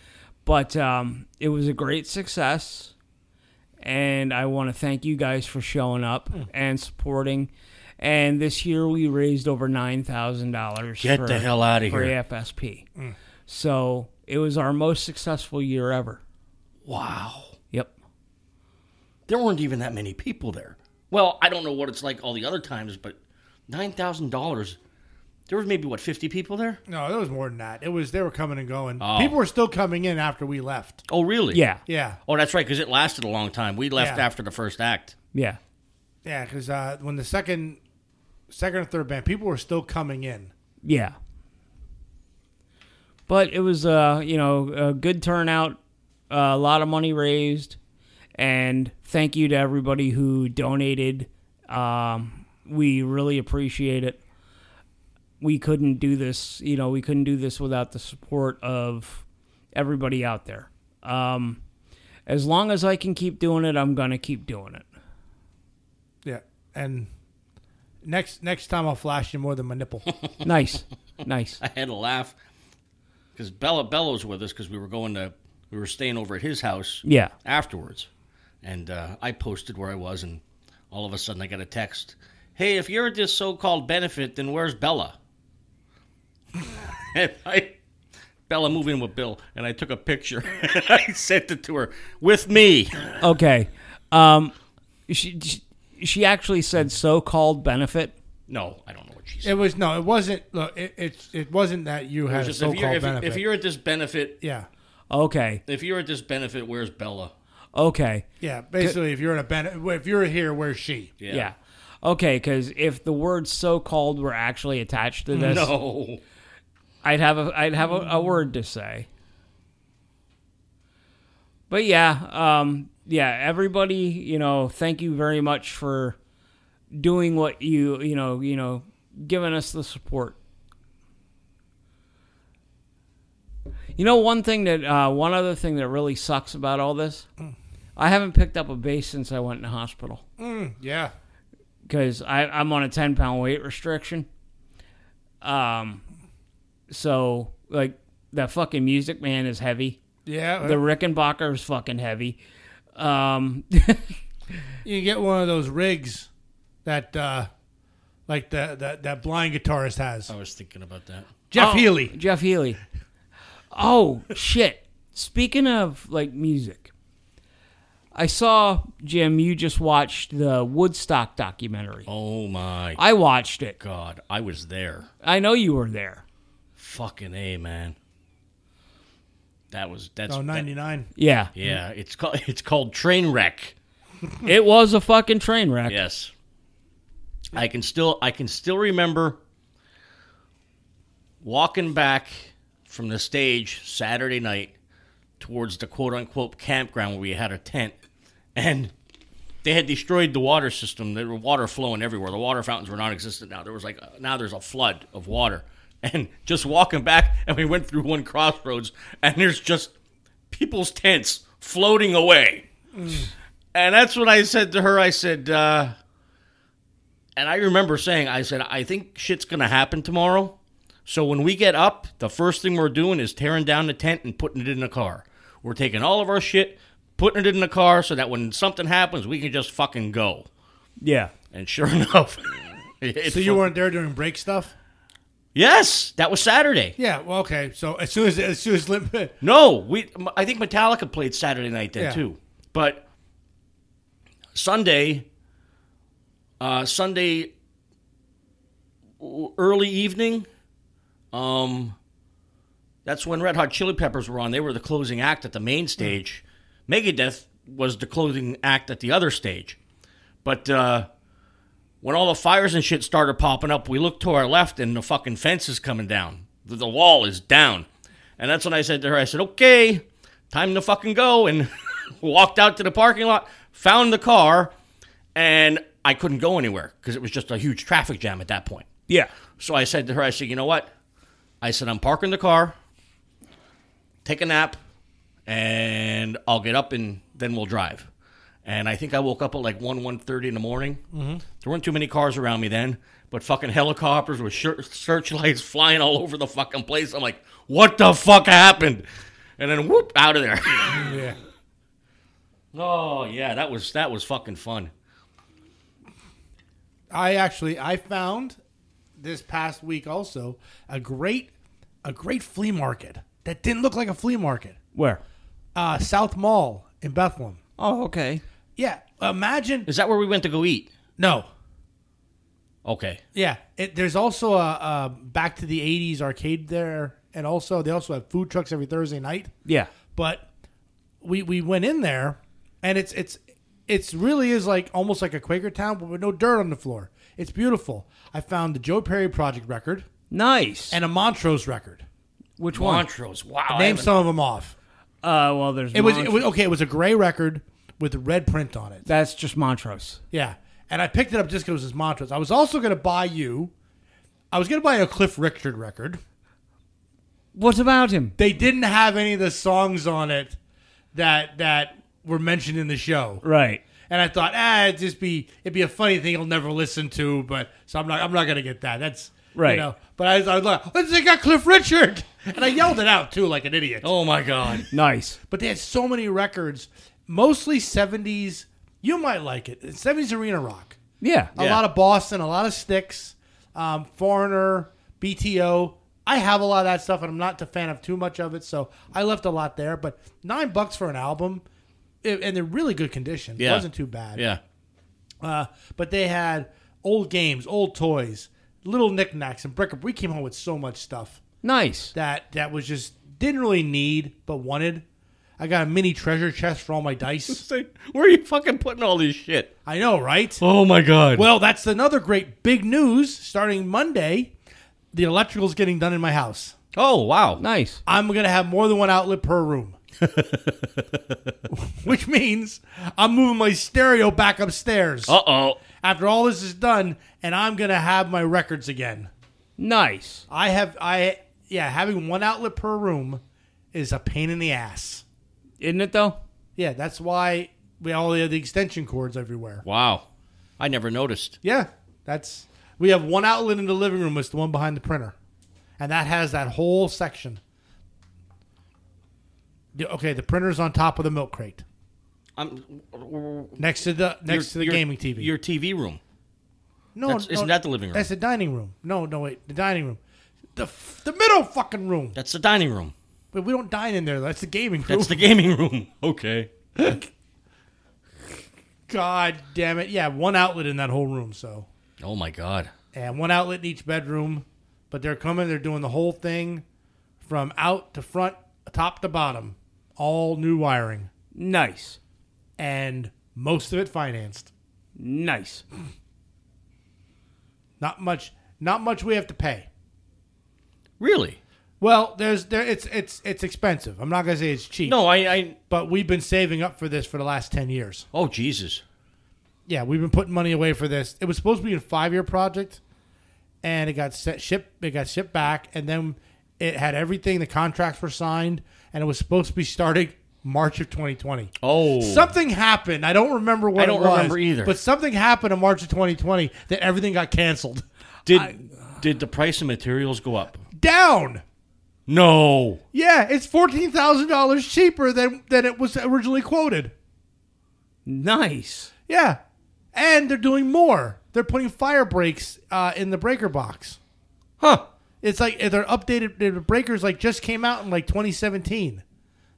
Speaker 2: But um, it was a great success. And I want to thank you guys for showing up
Speaker 1: Hmm.
Speaker 2: and supporting. And this year we raised over $9,000.
Speaker 1: Get
Speaker 2: for-
Speaker 1: the hell out of
Speaker 2: for
Speaker 1: here. Hmm.
Speaker 2: AFSP. So it was our most successful year ever.
Speaker 1: Wow.
Speaker 2: Yep.
Speaker 1: There weren't even that many people there. Well, I don't know what it's like all the other times, but $9,000. There was maybe, what, 50 people there?
Speaker 3: No, there was more than that. It was they were coming and going.
Speaker 1: Oh.
Speaker 3: People were still coming in after we left.
Speaker 1: Oh, really?
Speaker 2: Yeah.
Speaker 3: Yeah,
Speaker 1: Oh, that's right, because it lasted a long time. We left
Speaker 3: Yeah.
Speaker 1: after the first act.
Speaker 2: Yeah.
Speaker 3: yeah, because uh, when the second, second or third band, people were still coming in.
Speaker 2: Yeah. But it was uh, you know, a good turnout, uh, a lot of money raised, and thank you to everybody who donated. Um, we really appreciate it. We couldn't do this, you know, we couldn't do this without the support of everybody out there. Um, as long as I can keep doing it, I'm gonna keep doing it.
Speaker 3: Yeah, and next next time I'll flash you more than my *laughs* nipple.
Speaker 2: Nice, nice.
Speaker 1: I had to laugh because Bella Bella was with us because we were going to we were staying over at his house.
Speaker 2: Yeah.
Speaker 1: Afterwards, and uh, I posted where I was, and all of a sudden I got a text. Hey, if you're at this so-called benefit, then where's Bella? *laughs* and I, Bella, move in with Bill, and I took a picture. *laughs* and I sent it to her with me.
Speaker 2: Okay. Um, she, she she actually said so-called benefit.
Speaker 1: No, I don't know what she said.
Speaker 3: it was no, it wasn't. Look, it it, it wasn't that you had a
Speaker 1: Just
Speaker 3: so
Speaker 1: if, you're,
Speaker 3: called
Speaker 1: if,
Speaker 3: benefit.
Speaker 1: if you're at this benefit,
Speaker 3: yeah,
Speaker 2: Okay.
Speaker 1: if you're at this benefit, where's Bella?
Speaker 2: Okay.
Speaker 3: yeah, basically, if you're in a benefit, if you're here, where's she?
Speaker 2: Yeah. Okay, because if the word "so-called" were actually attached to this,
Speaker 1: No.
Speaker 2: I'd have a I'd have a, a word to say. But yeah, um, yeah, everybody, you know, thank you very much for doing what you you know you know giving us the support. You know, one thing that uh, one other thing that really sucks about all this, I haven't picked up a bass since I went in the hospital
Speaker 3: Yeah,
Speaker 2: because I'm on a 10 pound weight restriction. Um, so like that fucking music man is heavy.
Speaker 3: yeah.
Speaker 2: The Rickenbacker is fucking heavy. *laughs* Um,
Speaker 3: you can get one of those rigs that uh like the, that that blind guitarist has.
Speaker 1: I was thinking about that.
Speaker 3: Jeff
Speaker 2: oh,
Speaker 3: Healy.
Speaker 2: Jeff Healy. Oh shit! Speaking of like music, I saw Jim. You just watched the Woodstock documentary.
Speaker 1: Oh my
Speaker 2: I watched it.
Speaker 1: God, I was there.
Speaker 2: I know you were there.
Speaker 1: Fucking a man. That was that's
Speaker 3: Oh,
Speaker 1: that-
Speaker 3: 99.
Speaker 2: Yeah,
Speaker 1: yeah, it's called *laughs* it's called train wreck.
Speaker 2: it was a fucking train wreck.
Speaker 1: Yes, I can still I can still remember walking back from the stage Saturday night towards the quote unquote campground where we had a tent, and they had destroyed the water system. There were water flowing everywhere. The water fountains were non-existent now. There was like now there's a flood of water. And just walking back, and we went through one crossroads, and there's just people's tents floating away. And that's what I said to her. I said, uh, and I remember saying, I said, I think shit's gonna happen tomorrow. So when we get up, the first thing we're doing is tearing down the tent and putting it in the car. We're taking all of our shit, putting it in the car, so that when something happens, we can just fucking go.
Speaker 2: yeah.
Speaker 1: And sure *laughs* enough,
Speaker 3: So you weren't there during break stuff?
Speaker 1: yes, that was Saturday.
Speaker 3: Yeah. Well, okay. So as soon as as soon as Limp *laughs* Bizkit-
Speaker 1: No, we. I think Metallica played Saturday night then
Speaker 3: Yeah.
Speaker 1: too, but Sunday, uh, Sunday early evening, um, that's when Red Hot Chili Peppers were on. They were the closing act at the main stage. Megadeth was the closing act at the other stage, but. Uh, when all the fires and shit started popping up, we looked to our left and the fucking fence is coming down. The, the wall is down. And that's when I said to her, I said, okay, time to fucking go. And *laughs* walked out to the parking lot, found the car, and I couldn't go anywhere because it was just a huge traffic jam at that point.
Speaker 2: Yeah.
Speaker 1: So I said to her, I said, you know what? I said, I'm parking the car, take a nap, and I'll get up and then we'll drive. And I think I woke up at like 1, 1.30 in the morning. Mm-hmm. There weren't too many cars around me then, but fucking helicopters with shir- searchlights flying all over the fucking place. I'm like, what the fuck happened? And then whoop, out
Speaker 3: *laughs*
Speaker 1: of there.
Speaker 3: Yeah.
Speaker 1: oh, yeah, that was that was fucking fun.
Speaker 3: I actually I found this past week also a great a great flea market that didn't look like a flea market.
Speaker 2: Where?
Speaker 3: Uh, South Mall in Bethlehem.
Speaker 2: Oh, okay.
Speaker 3: Yeah, imagine
Speaker 1: Is that where we went to go eat?
Speaker 3: no.
Speaker 1: Okay.
Speaker 3: Yeah, it, there's also a, a back to the '80s arcade there, and also they also have food trucks every Thursday night.
Speaker 2: Yeah.
Speaker 3: But we we went in there, and it's it's it's really is like almost like a Quaker town, but with no dirt on the floor. It's beautiful. I found the Joe Perry Project record
Speaker 2: Nice.
Speaker 3: and a Montrose record.
Speaker 2: which one?
Speaker 1: Montrose. Wow. Oh, I
Speaker 3: Name
Speaker 1: haven't-
Speaker 3: some of them off.
Speaker 2: Uh, well, there's
Speaker 3: It was,
Speaker 2: Mont-
Speaker 3: it was okay. It was a gray record with red print on it.
Speaker 2: That's just Montrose.
Speaker 3: Yeah, and I picked it up just because it was Montrose. I was also going to buy you. I was going to buy a Cliff Richard record.
Speaker 2: What about him?
Speaker 3: They didn't have any of the songs on it that that were mentioned in the show.
Speaker 2: Right.
Speaker 3: And I thought, ah, it'd just be it'd be a funny thing I'll never listen to, but so I'm not I'm not gonna get that. That's
Speaker 2: Right.
Speaker 3: You know, but I was, I was like, "Let's- they got Cliff Richard, *laughs* and I yelled it out too, like an idiot.
Speaker 1: Oh, my
Speaker 3: *laughs*
Speaker 1: God.
Speaker 2: Nice.
Speaker 3: But they had so many records, mostly '70s. You might like it. It's '70s arena rock.
Speaker 2: Yeah.
Speaker 3: A lot of Boston, a lot of Sticks, um, Foreigner, BTO. I have a lot of that stuff, and I'm not a fan of too much of it, so I left a lot there. But nine bucks for an album, it, and they're really good condition.
Speaker 1: Yeah.
Speaker 3: It wasn't too bad.
Speaker 1: Yeah.
Speaker 3: Uh, but they had old games, old toys, little knickknacks, and bric-a-brac. We came home with so much stuff
Speaker 2: Nice.
Speaker 3: that that was just didn't really need but wanted. I got a mini treasure chest for all my
Speaker 1: *laughs*
Speaker 3: dice.
Speaker 1: Say, Where are you fucking putting all this shit?
Speaker 3: I know, right?
Speaker 1: Oh, my God.
Speaker 3: Well, that's another great big news. Starting Monday, the electrical's getting done in my house.
Speaker 1: oh, wow.
Speaker 2: Nice.
Speaker 3: I'm going to have more than one outlet per room. Which means I'm moving my stereo back upstairs
Speaker 1: Uh oh.
Speaker 3: after all this is done, and I'm going to have my records again.
Speaker 2: Nice.
Speaker 3: I have, I, yeah, having one outlet per room is a pain in the ass.
Speaker 2: Isn't it though?
Speaker 3: Yeah, that's why we all have the extension cords everywhere.
Speaker 1: Wow. I never noticed.
Speaker 3: Yeah, that's we have one outlet in the living room. It's the one behind the printer, and that has that whole section. The- Okay, the printer's on top of the milk crate,
Speaker 1: I'm,
Speaker 3: next to the next to the gaming TV.
Speaker 1: Your TV room.
Speaker 3: no,
Speaker 1: That's- isn't that the living room?
Speaker 3: That's the dining room. No, no, wait, the dining room, the f- the middle fucking room.
Speaker 1: That's the dining room.
Speaker 3: But we don't dine in there. That's the gaming room.
Speaker 1: That's the gaming room. *laughs* Okay.
Speaker 3: *laughs* God damn it! Yeah, one outlet in that whole room. So
Speaker 1: Oh my god.
Speaker 3: and one outlet in each bedroom. But they're coming, they're doing the whole thing from out to front, top to bottom, all new wiring,
Speaker 2: Nice.
Speaker 3: and most of it financed.
Speaker 2: Nice.
Speaker 3: Not much, not much we have to pay.
Speaker 1: Really?
Speaker 3: Well, there's there it's it's it's expensive. I'm not gonna say it's cheap,
Speaker 1: No, I. I
Speaker 3: but we've been saving up for this for the last ten years.
Speaker 1: oh Jesus.
Speaker 3: Yeah, we've been putting money away for this. It was supposed to be a five year project, and it got set, shipped. It got shipped back, and then it had everything. The contracts were signed, and it was supposed to be starting March of 2020.
Speaker 1: Oh.
Speaker 3: Something happened. I don't remember what.
Speaker 1: I don't
Speaker 3: it was,
Speaker 1: remember either.
Speaker 3: But something happened in March of 2020 that everything got canceled.
Speaker 1: did did the price of materials go up?
Speaker 3: Down.
Speaker 1: No.
Speaker 3: Yeah, it's fourteen thousand dollars cheaper than than it was originally quoted.
Speaker 2: Nice.
Speaker 3: Yeah, and they're doing more. They're putting fire breaks uh, in the breaker box.
Speaker 1: Huh.
Speaker 3: It's like they're updated. The breakers like just came out in like 2017.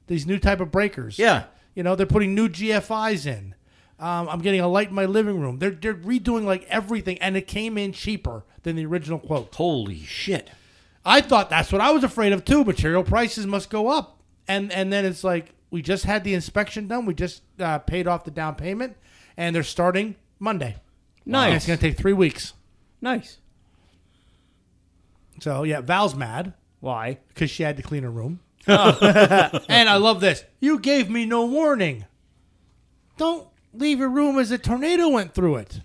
Speaker 3: These new type of breakers.
Speaker 1: Yeah.
Speaker 3: You know they're putting new GFI's in. Um, I'm getting a light in my living room. They're they're redoing like everything, and it came in cheaper than the original quote.
Speaker 1: Holy shit.
Speaker 3: I thought that's what I was afraid of too. Material prices must go up, and and then it's like we just had the inspection done. We just uh, paid off the down payment, and they're starting Monday. And it's
Speaker 2: Nice.
Speaker 3: going to take three weeks.
Speaker 2: Nice.
Speaker 3: So yeah, Val's mad.
Speaker 2: Why?
Speaker 3: because she had to clean her room. Oh. *laughs* and I love this. You gave me no warning. Don't leave your room as a tornado went through it.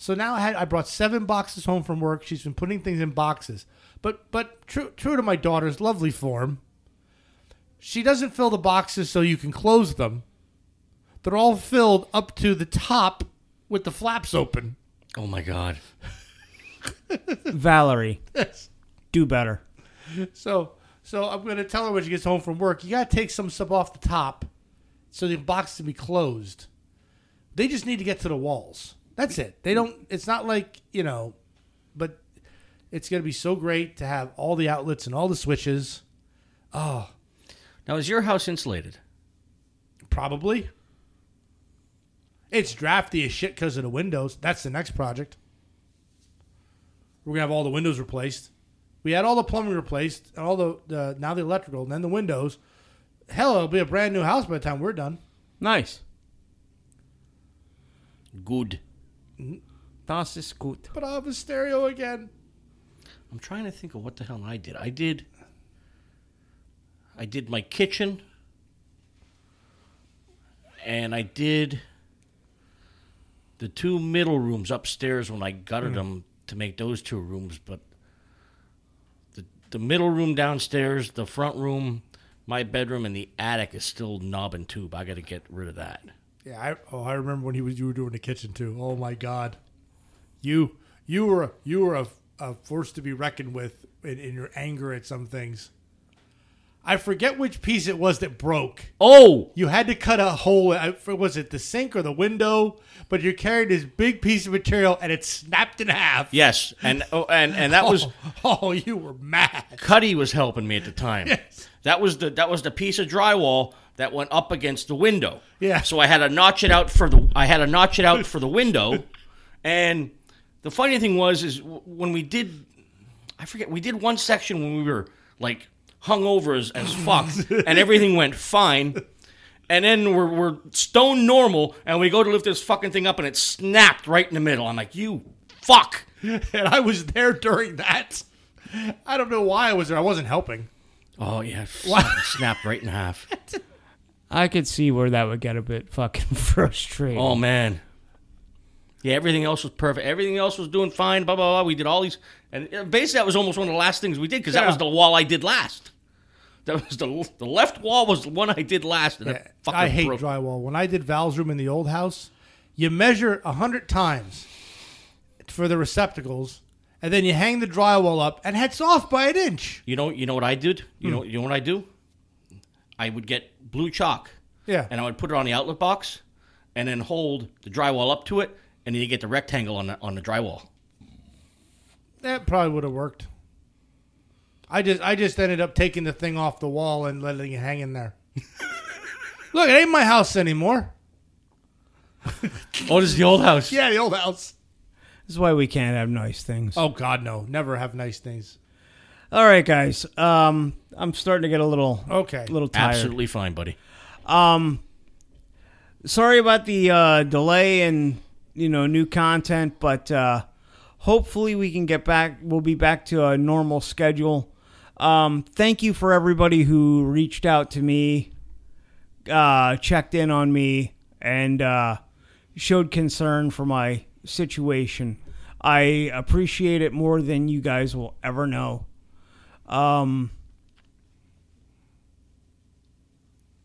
Speaker 3: So now I had I brought seven boxes home from work. She's been putting things in boxes, but but true true to my daughter's lovely form, She doesn't fill the boxes so you can close them. They're all filled up to the top with the flaps open. *laughs*
Speaker 1: Oh my god.
Speaker 2: Valerie, do better.
Speaker 3: So, so I'm gonna tell her when she gets home from work. You gotta take some stuff off the top, so the box can be closed. They just need to get to the walls. That's it. They don't. It's not like you know, but it's gonna be so great to have all the outlets and all the switches. Oh,
Speaker 1: Now is your house insulated?
Speaker 3: probably. It's drafty as shit because of the windows. That's the next project. We're gonna have all the windows replaced. We had all the plumbing replaced and all the, the now the electrical and then the windows. Hell, it'll be a brand new house by the time we're done.
Speaker 2: Nice.
Speaker 1: Good.
Speaker 2: Das ist gut.
Speaker 3: But I'll have a stereo again.
Speaker 1: I'm trying to think of what the hell I did. I did. I did my kitchen. And I did the two middle rooms upstairs when I gutted them to make those two rooms. But the, the middle room downstairs, the front room, my bedroom, and the attic is still knob and tube. I got to get rid of that.
Speaker 3: Yeah, I, oh, I remember when he was you were doing the kitchen too. Oh my God, you you were you were a, a force to be reckoned with in, in your anger at some things. I forget which piece it was that broke.
Speaker 1: Oh!
Speaker 3: You had to cut a hole. I- Was it the sink or the window? But you carried this big piece of material and it snapped in half.
Speaker 1: Yes. And, oh, and, and that was.
Speaker 3: *laughs* Oh, *laughs* oh, you were mad. *laughs*
Speaker 1: Cuddy was helping me at the time.
Speaker 3: Yes.
Speaker 1: That was the that was the piece of drywall that went up against the window.
Speaker 3: Yeah.
Speaker 1: So I had to notch it out for the I had to notch it out for the
Speaker 3: *laughs*
Speaker 1: window, and the funny thing was is w- when we did, I forget we did one section when we were like hung over as, as
Speaker 3: *laughs*
Speaker 1: fuck, and everything went fine. And then we're, we're stone normal, and we go to lift this fucking thing up, and it snapped right in the middle. I'm like, you
Speaker 3: *laughs*
Speaker 1: fuck.
Speaker 3: And I was there during that. I don't know why I was there. I wasn't helping.
Speaker 1: Oh, yeah. Snapped right in half.
Speaker 2: I could see where that would get a bit fucking *laughs* frustrating.
Speaker 1: Oh man. Yeah, everything else was perfect. Everything else was doing fine. Blah blah blah. We did all these, and uh, basically that was almost one of the last things we did because that was
Speaker 3: Yeah.
Speaker 1: the wall I did last. That was the the left wall was the one I did last, and it fucking
Speaker 3: I hate
Speaker 1: broke.
Speaker 3: drywall. When I did Val's room in the old house, you measure it a hundred times for the receptacles, and then you hang the drywall up, and it's off by an inch.
Speaker 1: You know, you know what I did. You know, you know what I do. I would get blue chalk,
Speaker 3: Yeah,
Speaker 1: and I would put it on the outlet box, and then hold the drywall up to it, and then you get the rectangle on the on the drywall.
Speaker 3: that probably would have worked. I just, I just ended up taking the thing off the wall and letting it hang in *laughs* there. Look, it ain't my house anymore.
Speaker 1: Oh, this is the old house.
Speaker 3: Yeah, the old house.
Speaker 2: This is why we can't have nice things.
Speaker 3: Oh God, no! Never have nice things.
Speaker 2: All right, guys. Um, I'm starting to get a little,
Speaker 3: Okay.
Speaker 2: a little tired.
Speaker 1: absolutely fine, buddy.
Speaker 2: Sorry about the uh, delay and you know new content, but uh, hopefully we can get back. We'll be back to a normal schedule. Um, thank you for everybody who reached out to me, uh, checked in on me, and uh, showed concern for my situation. I appreciate it more than you guys will ever know. Um,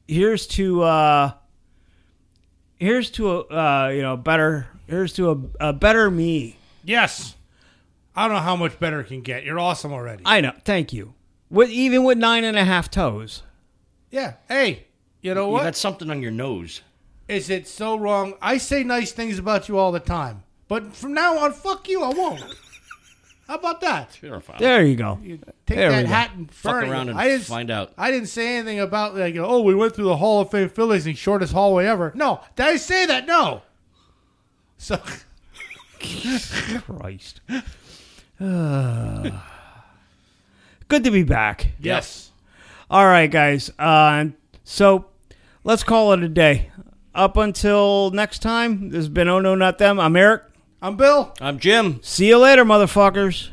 Speaker 2: here's to uh, here's to a uh, you know better here's to a, a better me.
Speaker 3: Yes. I don't know how much better it can get. You're awesome already.
Speaker 2: I know. Thank you. With even with nine and a half toes.
Speaker 3: yeah. Hey, you know
Speaker 1: You
Speaker 3: what?
Speaker 1: got something on your nose.
Speaker 3: is it so wrong? I say nice things about you all the time, but from now on, fuck you, I won't. *laughs* How about that?
Speaker 1: Terrifying.
Speaker 2: There you go. *laughs*
Speaker 3: Take
Speaker 2: There we
Speaker 3: that
Speaker 2: go.
Speaker 3: hat and
Speaker 1: Fuck
Speaker 3: burn it.
Speaker 1: around and
Speaker 3: I didn't,
Speaker 1: find out.
Speaker 3: I didn't say anything about like, oh, we went through the Hall of Fame Phillies and shortest hallway ever. No, did I say that? No. So *laughs*
Speaker 2: Christ. *sighs* Good to be back.
Speaker 3: yes,
Speaker 2: All right, guys. Uh, so let's call it a day. Up until next time, this has been Oh No Not Them. I'm Eric.
Speaker 3: I'm Bill.
Speaker 1: I'm Jim.
Speaker 2: See you later, motherfuckers.